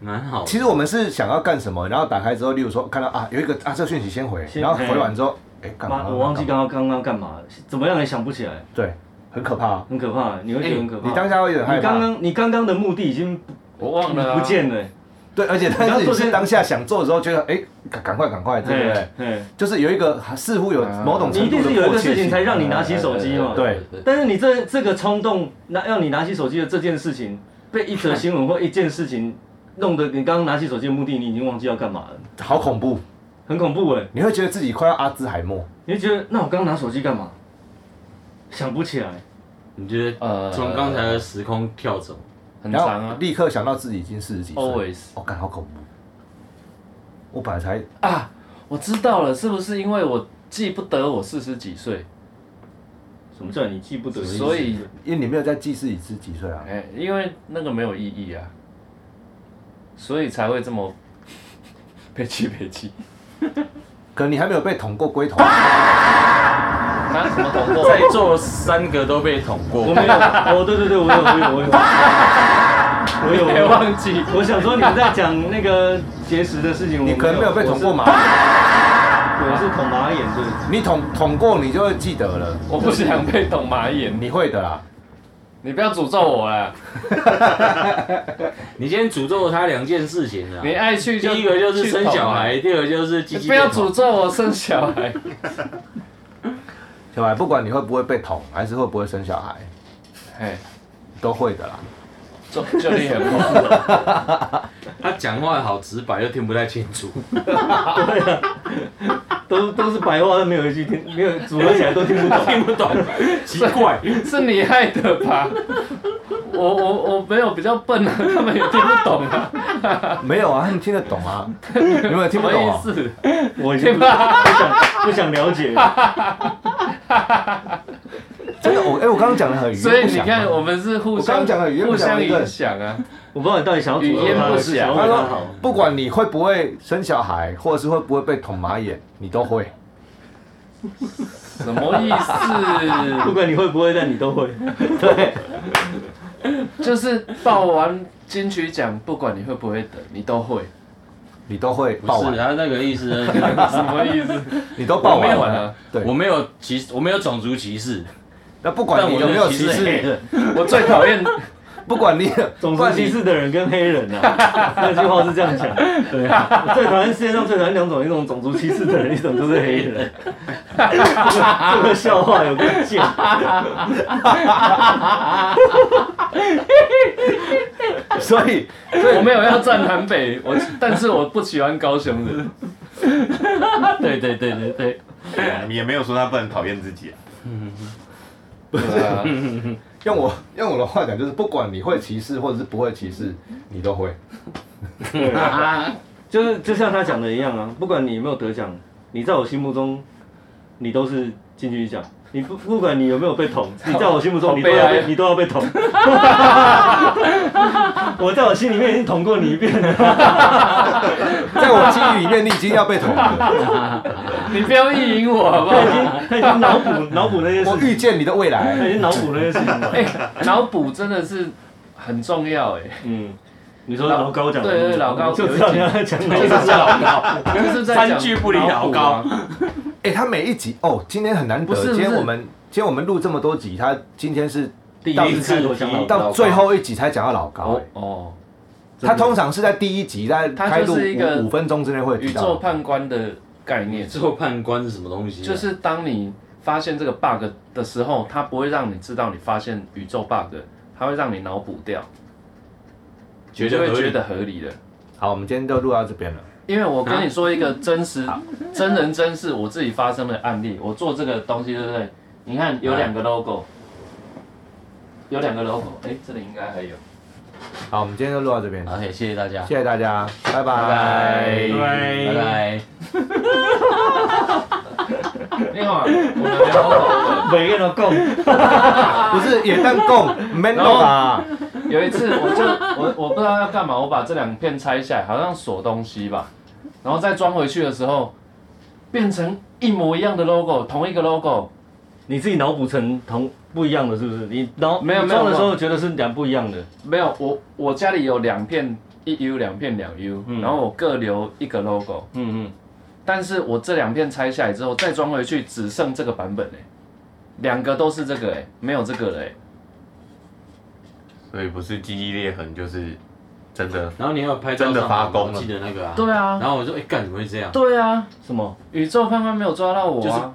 Speaker 3: 蛮好的。
Speaker 2: 其实我们是想要干什么，然后打开之后，例如说看到啊有一个啊这个讯息先回，
Speaker 1: 先
Speaker 2: 然后回完之后，哎干嘛
Speaker 1: 妈，
Speaker 2: 啊？
Speaker 1: 我忘记
Speaker 2: 干嘛
Speaker 1: 刚刚刚刚干嘛了，怎么样也想不起来。
Speaker 2: 对，很可怕啊。
Speaker 1: 很可怕，你会觉得很可怕。
Speaker 2: 你当下会有点害
Speaker 1: 你刚
Speaker 2: 怕，
Speaker 1: 刚你刚刚的目的已经不
Speaker 4: 我忘了、啊，
Speaker 1: 不见了，
Speaker 2: 对，而且但
Speaker 1: 你
Speaker 2: 是
Speaker 1: 要
Speaker 2: 你
Speaker 1: 做些
Speaker 2: 是当下想做的时候，觉得哎，赶赶快赶快，对不对？
Speaker 1: 对？嘿
Speaker 2: 就是有一个似乎有某种
Speaker 1: 你一
Speaker 2: 程度
Speaker 1: 定
Speaker 2: 的
Speaker 1: 是有一
Speaker 2: 迫
Speaker 1: 个
Speaker 2: 切
Speaker 1: 事情才
Speaker 2: 性，
Speaker 1: 让你拿起手机嘛。
Speaker 2: 对
Speaker 1: 但是你这这个冲动拿要你拿起手机的这件事情，被一则新闻或一件事情弄得你刚刚拿起手机的目的，你已经忘记要干嘛了，
Speaker 2: 好恐怖，
Speaker 1: 很恐怖哎！
Speaker 2: 你会觉得自己快要阿兹海默。
Speaker 1: 你就觉得那我刚刚拿手机干嘛？想不起来，
Speaker 3: 你觉得
Speaker 4: 呃，
Speaker 3: 从刚才的时空跳走，
Speaker 4: 很
Speaker 2: 然
Speaker 4: 长
Speaker 2: 后
Speaker 4: 啊
Speaker 2: 立刻想到自己已经四十几岁
Speaker 4: ，always
Speaker 2: 我感好恐怖。我本来才
Speaker 4: 啊，我知道了，是不是因为我记不得我四十几岁？
Speaker 1: 什么叫你记不得？
Speaker 4: 所以
Speaker 2: 因为你没有在记自己是几岁啊？
Speaker 4: 哎，因为那个没有意义啊，所以才会这么 被气被气。
Speaker 2: 可能你还没有被捅过龟头。
Speaker 1: 啊
Speaker 4: 拿什么捅过？
Speaker 3: 在座三个都被捅
Speaker 1: 我
Speaker 3: 过，
Speaker 1: 没有，哦，对对对，我有，我有，我有，我有，我
Speaker 4: 别
Speaker 1: 有。
Speaker 4: 哎忘记，
Speaker 1: 我想说你们在讲那个结石的事情，我
Speaker 2: 你可能没有被捅过麻，
Speaker 1: 我是捅马眼，对。
Speaker 2: 你捅捅过你就会记得了，
Speaker 4: 我不想被捅马眼，
Speaker 2: 你会的啦。
Speaker 4: 你不要诅咒我啊啦！
Speaker 3: 你今天诅咒他两件事情啊，
Speaker 4: 你爱去就
Speaker 3: 第一个就是生小
Speaker 4: 去
Speaker 3: 孩，第二个就是鸡
Speaker 4: 捅啊，
Speaker 3: 鸡
Speaker 4: 不
Speaker 3: 被
Speaker 4: 要
Speaker 3: 捅
Speaker 4: 诅咒我生小孩。
Speaker 2: 小孩不管你会不会被捅，还是会不会生小孩，
Speaker 4: 哎，
Speaker 2: 都会的啦。
Speaker 4: 就就你很猛，
Speaker 3: 他讲话好直白，又听不太清楚。
Speaker 1: 都都是白话，都没有一句听，没有组合起来都听不懂。
Speaker 3: 听不懂，奇怪。
Speaker 4: 是你害的吧？我我我没有比较笨啊，他们也听不懂啊，
Speaker 2: 没有啊，你听得懂 啊？你们
Speaker 4: 什
Speaker 2: 听不
Speaker 4: 么
Speaker 2: 懂
Speaker 4: 意
Speaker 2: 啊？
Speaker 4: 思？
Speaker 1: 我已经不不想不想了解了。
Speaker 2: 真的，我哎、我刚刚讲的很语
Speaker 4: 所以
Speaker 2: 言不啊
Speaker 4: 你
Speaker 2: 详
Speaker 4: 看，
Speaker 2: 嘛
Speaker 4: 我们是互
Speaker 2: 我刚
Speaker 4: 相
Speaker 2: 刚讲的语言
Speaker 4: 互
Speaker 2: 不详
Speaker 4: 相
Speaker 2: 一个
Speaker 4: 影响啊。
Speaker 1: 我不知道你到底想要组合他，还是想要
Speaker 2: 他
Speaker 1: 为他好
Speaker 2: 说。，不管你会不会生小孩，或者是会不会被捅马眼，你都会。
Speaker 4: 什么意
Speaker 1: 不
Speaker 4: 思？
Speaker 1: 管你会不会，但你都会。对，
Speaker 4: 就是报完金曲奖，不管你会不会得，你都会。
Speaker 2: 你都会
Speaker 4: 啊
Speaker 3: 不
Speaker 2: 爆
Speaker 3: 是
Speaker 2: 完，
Speaker 3: 他那个意思呢，
Speaker 4: 什么意思？
Speaker 2: 你都爆
Speaker 4: 我没
Speaker 2: 完
Speaker 4: 有
Speaker 2: 了
Speaker 4: 啊。
Speaker 3: 我
Speaker 2: 对，
Speaker 3: 没有歧，我没有种族歧视，
Speaker 2: 那不管你有没有歧
Speaker 3: 但我觉
Speaker 2: 视，
Speaker 4: 我最讨厌
Speaker 2: 不管你，
Speaker 1: 种族
Speaker 2: 不管
Speaker 1: 歧
Speaker 2: 你
Speaker 1: 视的人跟黑人啊，那句话是这样讲。对啊，我最讨厌世界上最讨厌两种，一种种族歧视的人，一种就是黑人。这个笑话有个贱。
Speaker 2: 所以
Speaker 4: 我没有要站南北，我但是我不喜欢高雄人。对对对对对，
Speaker 5: 也没有说他不能讨厌自己啊。
Speaker 4: 对啊，
Speaker 2: 用我用我的话讲，就是不管你会歧视或者是不会歧视，你都会。
Speaker 1: 对啊 就是就像他讲的一样啊，不管你有没有得奖，你在我心目中，你都是金曲奖。你不不管你有没有被捅，你在我心目中
Speaker 4: 好
Speaker 1: 你都要
Speaker 4: 悲哀
Speaker 1: 被
Speaker 4: 啊
Speaker 1: 你都要被捅。 我在我心里面已经捅过你一遍了。
Speaker 2: 在我记忆里面，你已经要被捅 了。
Speaker 4: 你不要意淫我好不
Speaker 1: 他已
Speaker 4: 好？
Speaker 1: 经他已经脑补脑补那些
Speaker 2: 我
Speaker 1: 事情，
Speaker 2: 遇见你的未
Speaker 1: 他
Speaker 2: 来，
Speaker 1: 已经脑补那些事情了。
Speaker 4: 哎、脑补真的是很重要哎、
Speaker 1: 嗯，你说老高讲的
Speaker 4: 对对对老高
Speaker 1: 就知道你要讲哪
Speaker 4: 就是
Speaker 1: 个。
Speaker 4: 在老高，就是在讲
Speaker 3: 三句不离老高
Speaker 4: 脑补啊。
Speaker 2: 哎，他每一集哦，今天很难
Speaker 4: 不
Speaker 2: 得
Speaker 4: 是，
Speaker 2: 今天
Speaker 4: 不是
Speaker 2: 我们今天我们录这么多集，他今天是
Speaker 3: 第
Speaker 2: 到
Speaker 3: 一次提
Speaker 2: 到最后一集才讲到老高欸
Speaker 4: 哦。哦，
Speaker 2: 他通常是在第一集，在
Speaker 4: 他
Speaker 2: 开
Speaker 4: 就
Speaker 2: 录
Speaker 4: 是一个
Speaker 2: 五五分钟之内会
Speaker 4: 宇
Speaker 2: 提
Speaker 4: 宙
Speaker 2: 到。
Speaker 4: 判官的概念，
Speaker 3: 做判官是什么东西啊？
Speaker 4: 就是当你发现这个 bug 的时候，它不会让你知道你发现宇宙 bug，它会让你脑补掉，
Speaker 3: 觉
Speaker 4: 你就
Speaker 3: 得
Speaker 4: 会
Speaker 3: 合
Speaker 4: 觉
Speaker 3: 理。
Speaker 4: 得合理的。
Speaker 2: 好，我们今天就录到这边了。
Speaker 4: 因为我跟你说一个真实、真人真事，我自己发生的案例。我做这个东西，对不对？你看有两个 logo，有两个 logo，哎、这里应该还有。
Speaker 2: 好，我们今天就录到这边，
Speaker 3: OK，谢谢大家，
Speaker 2: 谢谢大家，拜拜
Speaker 4: 拜。
Speaker 3: 拜拜。
Speaker 4: 你好，我们聊 logo。
Speaker 1: 每个人都共，
Speaker 2: 不是也当共 man 啊？
Speaker 4: 有一次，我就我我不知道要干嘛，我把这两片拆下来，好像锁东西吧，然后再装回去的时候，变成一模一样的 logo，同一个 logo，
Speaker 1: 你自己脑补成同不一样的，是不是？你脑
Speaker 4: 没有
Speaker 1: 你
Speaker 4: 没有
Speaker 1: 装的时
Speaker 4: 没
Speaker 1: 候觉得是两不一样的。
Speaker 4: 没有，我我家里有两片一 U 两片两 U，、
Speaker 1: 嗯
Speaker 4: 然后我各留一个 logo，
Speaker 1: 嗯嗯。
Speaker 4: 但是我这两片拆下来之后再装回去，只剩这个版本哎、两个都是这个哎、没有这个了哎、
Speaker 5: 所以不是记忆裂痕，就是真的
Speaker 3: 然后你还有拍照
Speaker 5: 真的发功
Speaker 3: 上网
Speaker 5: 了
Speaker 3: 我记得那个啊。
Speaker 4: 对啊
Speaker 3: 然后我就哎，干怎么会这样？
Speaker 4: 对啊，
Speaker 1: 什么？
Speaker 4: 宇宙判官没有抓到我啊，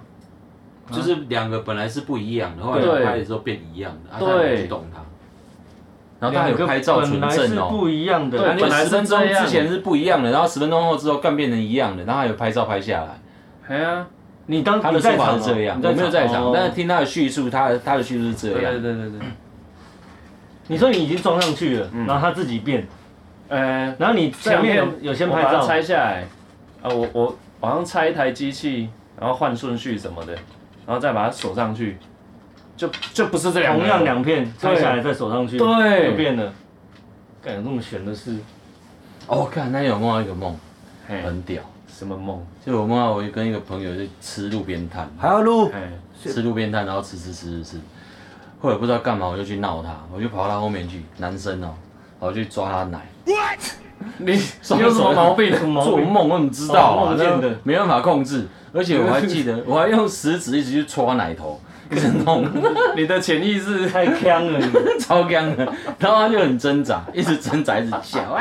Speaker 3: 就是两个本来是不一样的，后来
Speaker 4: 对
Speaker 3: 拍的时候变一样的，啊，他
Speaker 4: 对
Speaker 3: 也没去动它。然后他还有拍照存
Speaker 1: 本来是
Speaker 3: 证哦。
Speaker 1: 不一样的，
Speaker 4: 对
Speaker 3: 本
Speaker 1: 本
Speaker 3: 来
Speaker 1: 来
Speaker 3: 十
Speaker 4: 是
Speaker 3: 分钟
Speaker 4: 这样
Speaker 3: 之前是不一样的，然后十分钟后之后干变成一样的，然后还有拍照拍下来。
Speaker 4: 哎呀、
Speaker 1: 你当
Speaker 3: 他的
Speaker 1: 你在
Speaker 3: 说法
Speaker 1: 场哦
Speaker 3: 是这样，
Speaker 1: 你
Speaker 3: 我没有在场，
Speaker 1: 哦
Speaker 3: 但是听他的叙述，他的他的叙述是这
Speaker 4: 对啊对
Speaker 3: 样。
Speaker 4: 对对对，
Speaker 1: 你说你已经装上去
Speaker 3: 嗯
Speaker 1: 了，然后他自己变，
Speaker 4: 呃，
Speaker 1: 然后你前面有有先
Speaker 4: 我
Speaker 1: 拍
Speaker 4: 把它
Speaker 1: 照，
Speaker 4: 拆下来，啊，我我我好像拆一台机器，然后换顺序什么的，然后再把它锁上去，就就不是这两个
Speaker 1: 同
Speaker 4: 人
Speaker 1: 样两片拆下来再锁上去，
Speaker 4: 对
Speaker 1: 就变了。干有那么玄的事？
Speaker 3: 哦，看那天我梦到一个梦，
Speaker 4: 嘿
Speaker 3: 很屌，
Speaker 4: 什么梦？
Speaker 3: 就我梦到我跟一个朋友在吃路边摊，
Speaker 1: 啊
Speaker 2: 还 要录
Speaker 4: 哎，
Speaker 3: 吃路边摊，然后吃吃吃吃吃，后来不知道干嘛我就去闹他，我就跑到他后面去，男生哦，我就去抓他奶，
Speaker 4: 你你有什么毛病？
Speaker 1: 什么毛
Speaker 3: 做
Speaker 1: 病？
Speaker 3: 梦我怎么知道
Speaker 1: 哦
Speaker 3: 啊？
Speaker 1: 梦
Speaker 3: 那
Speaker 1: 见的
Speaker 3: 没办法控制，而且我还记得，我还用食指一直去戳他奶头，一直弄，
Speaker 4: 你的潜意识
Speaker 1: 太呛了你！
Speaker 3: 超干的，然后他就很挣扎，一直挣扎，一直叫啊，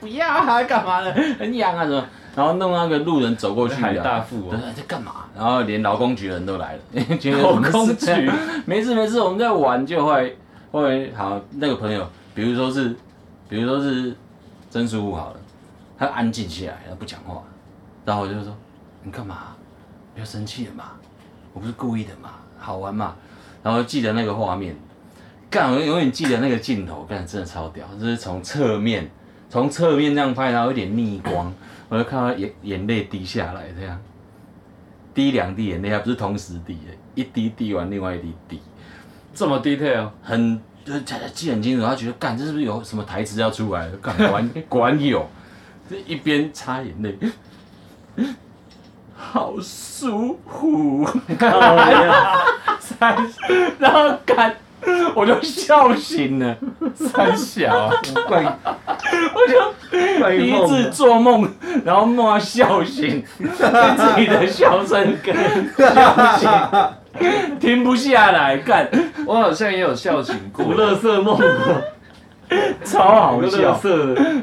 Speaker 3: 不要啊，干嘛呢？很痒啊什么，然后弄那个路人走过去
Speaker 4: 海大
Speaker 3: 啊。
Speaker 4: 富
Speaker 3: 我
Speaker 4: 哦，
Speaker 3: 说在干嘛？然后连劳工局的人都来了， 因为觉得
Speaker 4: 老
Speaker 3: 我们是
Speaker 4: 公
Speaker 3: 这样
Speaker 4: 举，
Speaker 3: 没事没事，我们在玩就会会好。那个朋友，比如说是，比如说是曾叔父好了，他安静下来，他不讲话，然后我就说你干嘛？不要生气了嘛，我不是故意的嘛，好玩嘛。然后记得那个画面，干，我永远记得那个镜头，干真的超屌，就是从侧面，从侧面这样拍，然后有点逆光，我就看到眼眼泪滴下来这样。滴两滴眼泪，还不是同时滴的，一滴滴完，另外一滴滴，
Speaker 4: 这么 detail，
Speaker 3: 很就是他他记得很清楚，他觉得干这是不是有什么台词要出来了？干 果然果然有，这一边擦眼泪，好舒服，
Speaker 1: 哦靠呀
Speaker 3: 然后干我就笑醒了，
Speaker 4: 三
Speaker 1: 啊
Speaker 4: 小，
Speaker 1: 怪，我就 怪
Speaker 3: 第一
Speaker 1: 梦
Speaker 3: 次做梦，然后梦到笑醒，被自己的笑声给笑醒，停不下来，干
Speaker 4: 我好像也有笑醒
Speaker 1: 古
Speaker 4: 过。
Speaker 1: 乐色梦，
Speaker 3: 超好
Speaker 1: 乐
Speaker 3: 笑。
Speaker 1: 色的。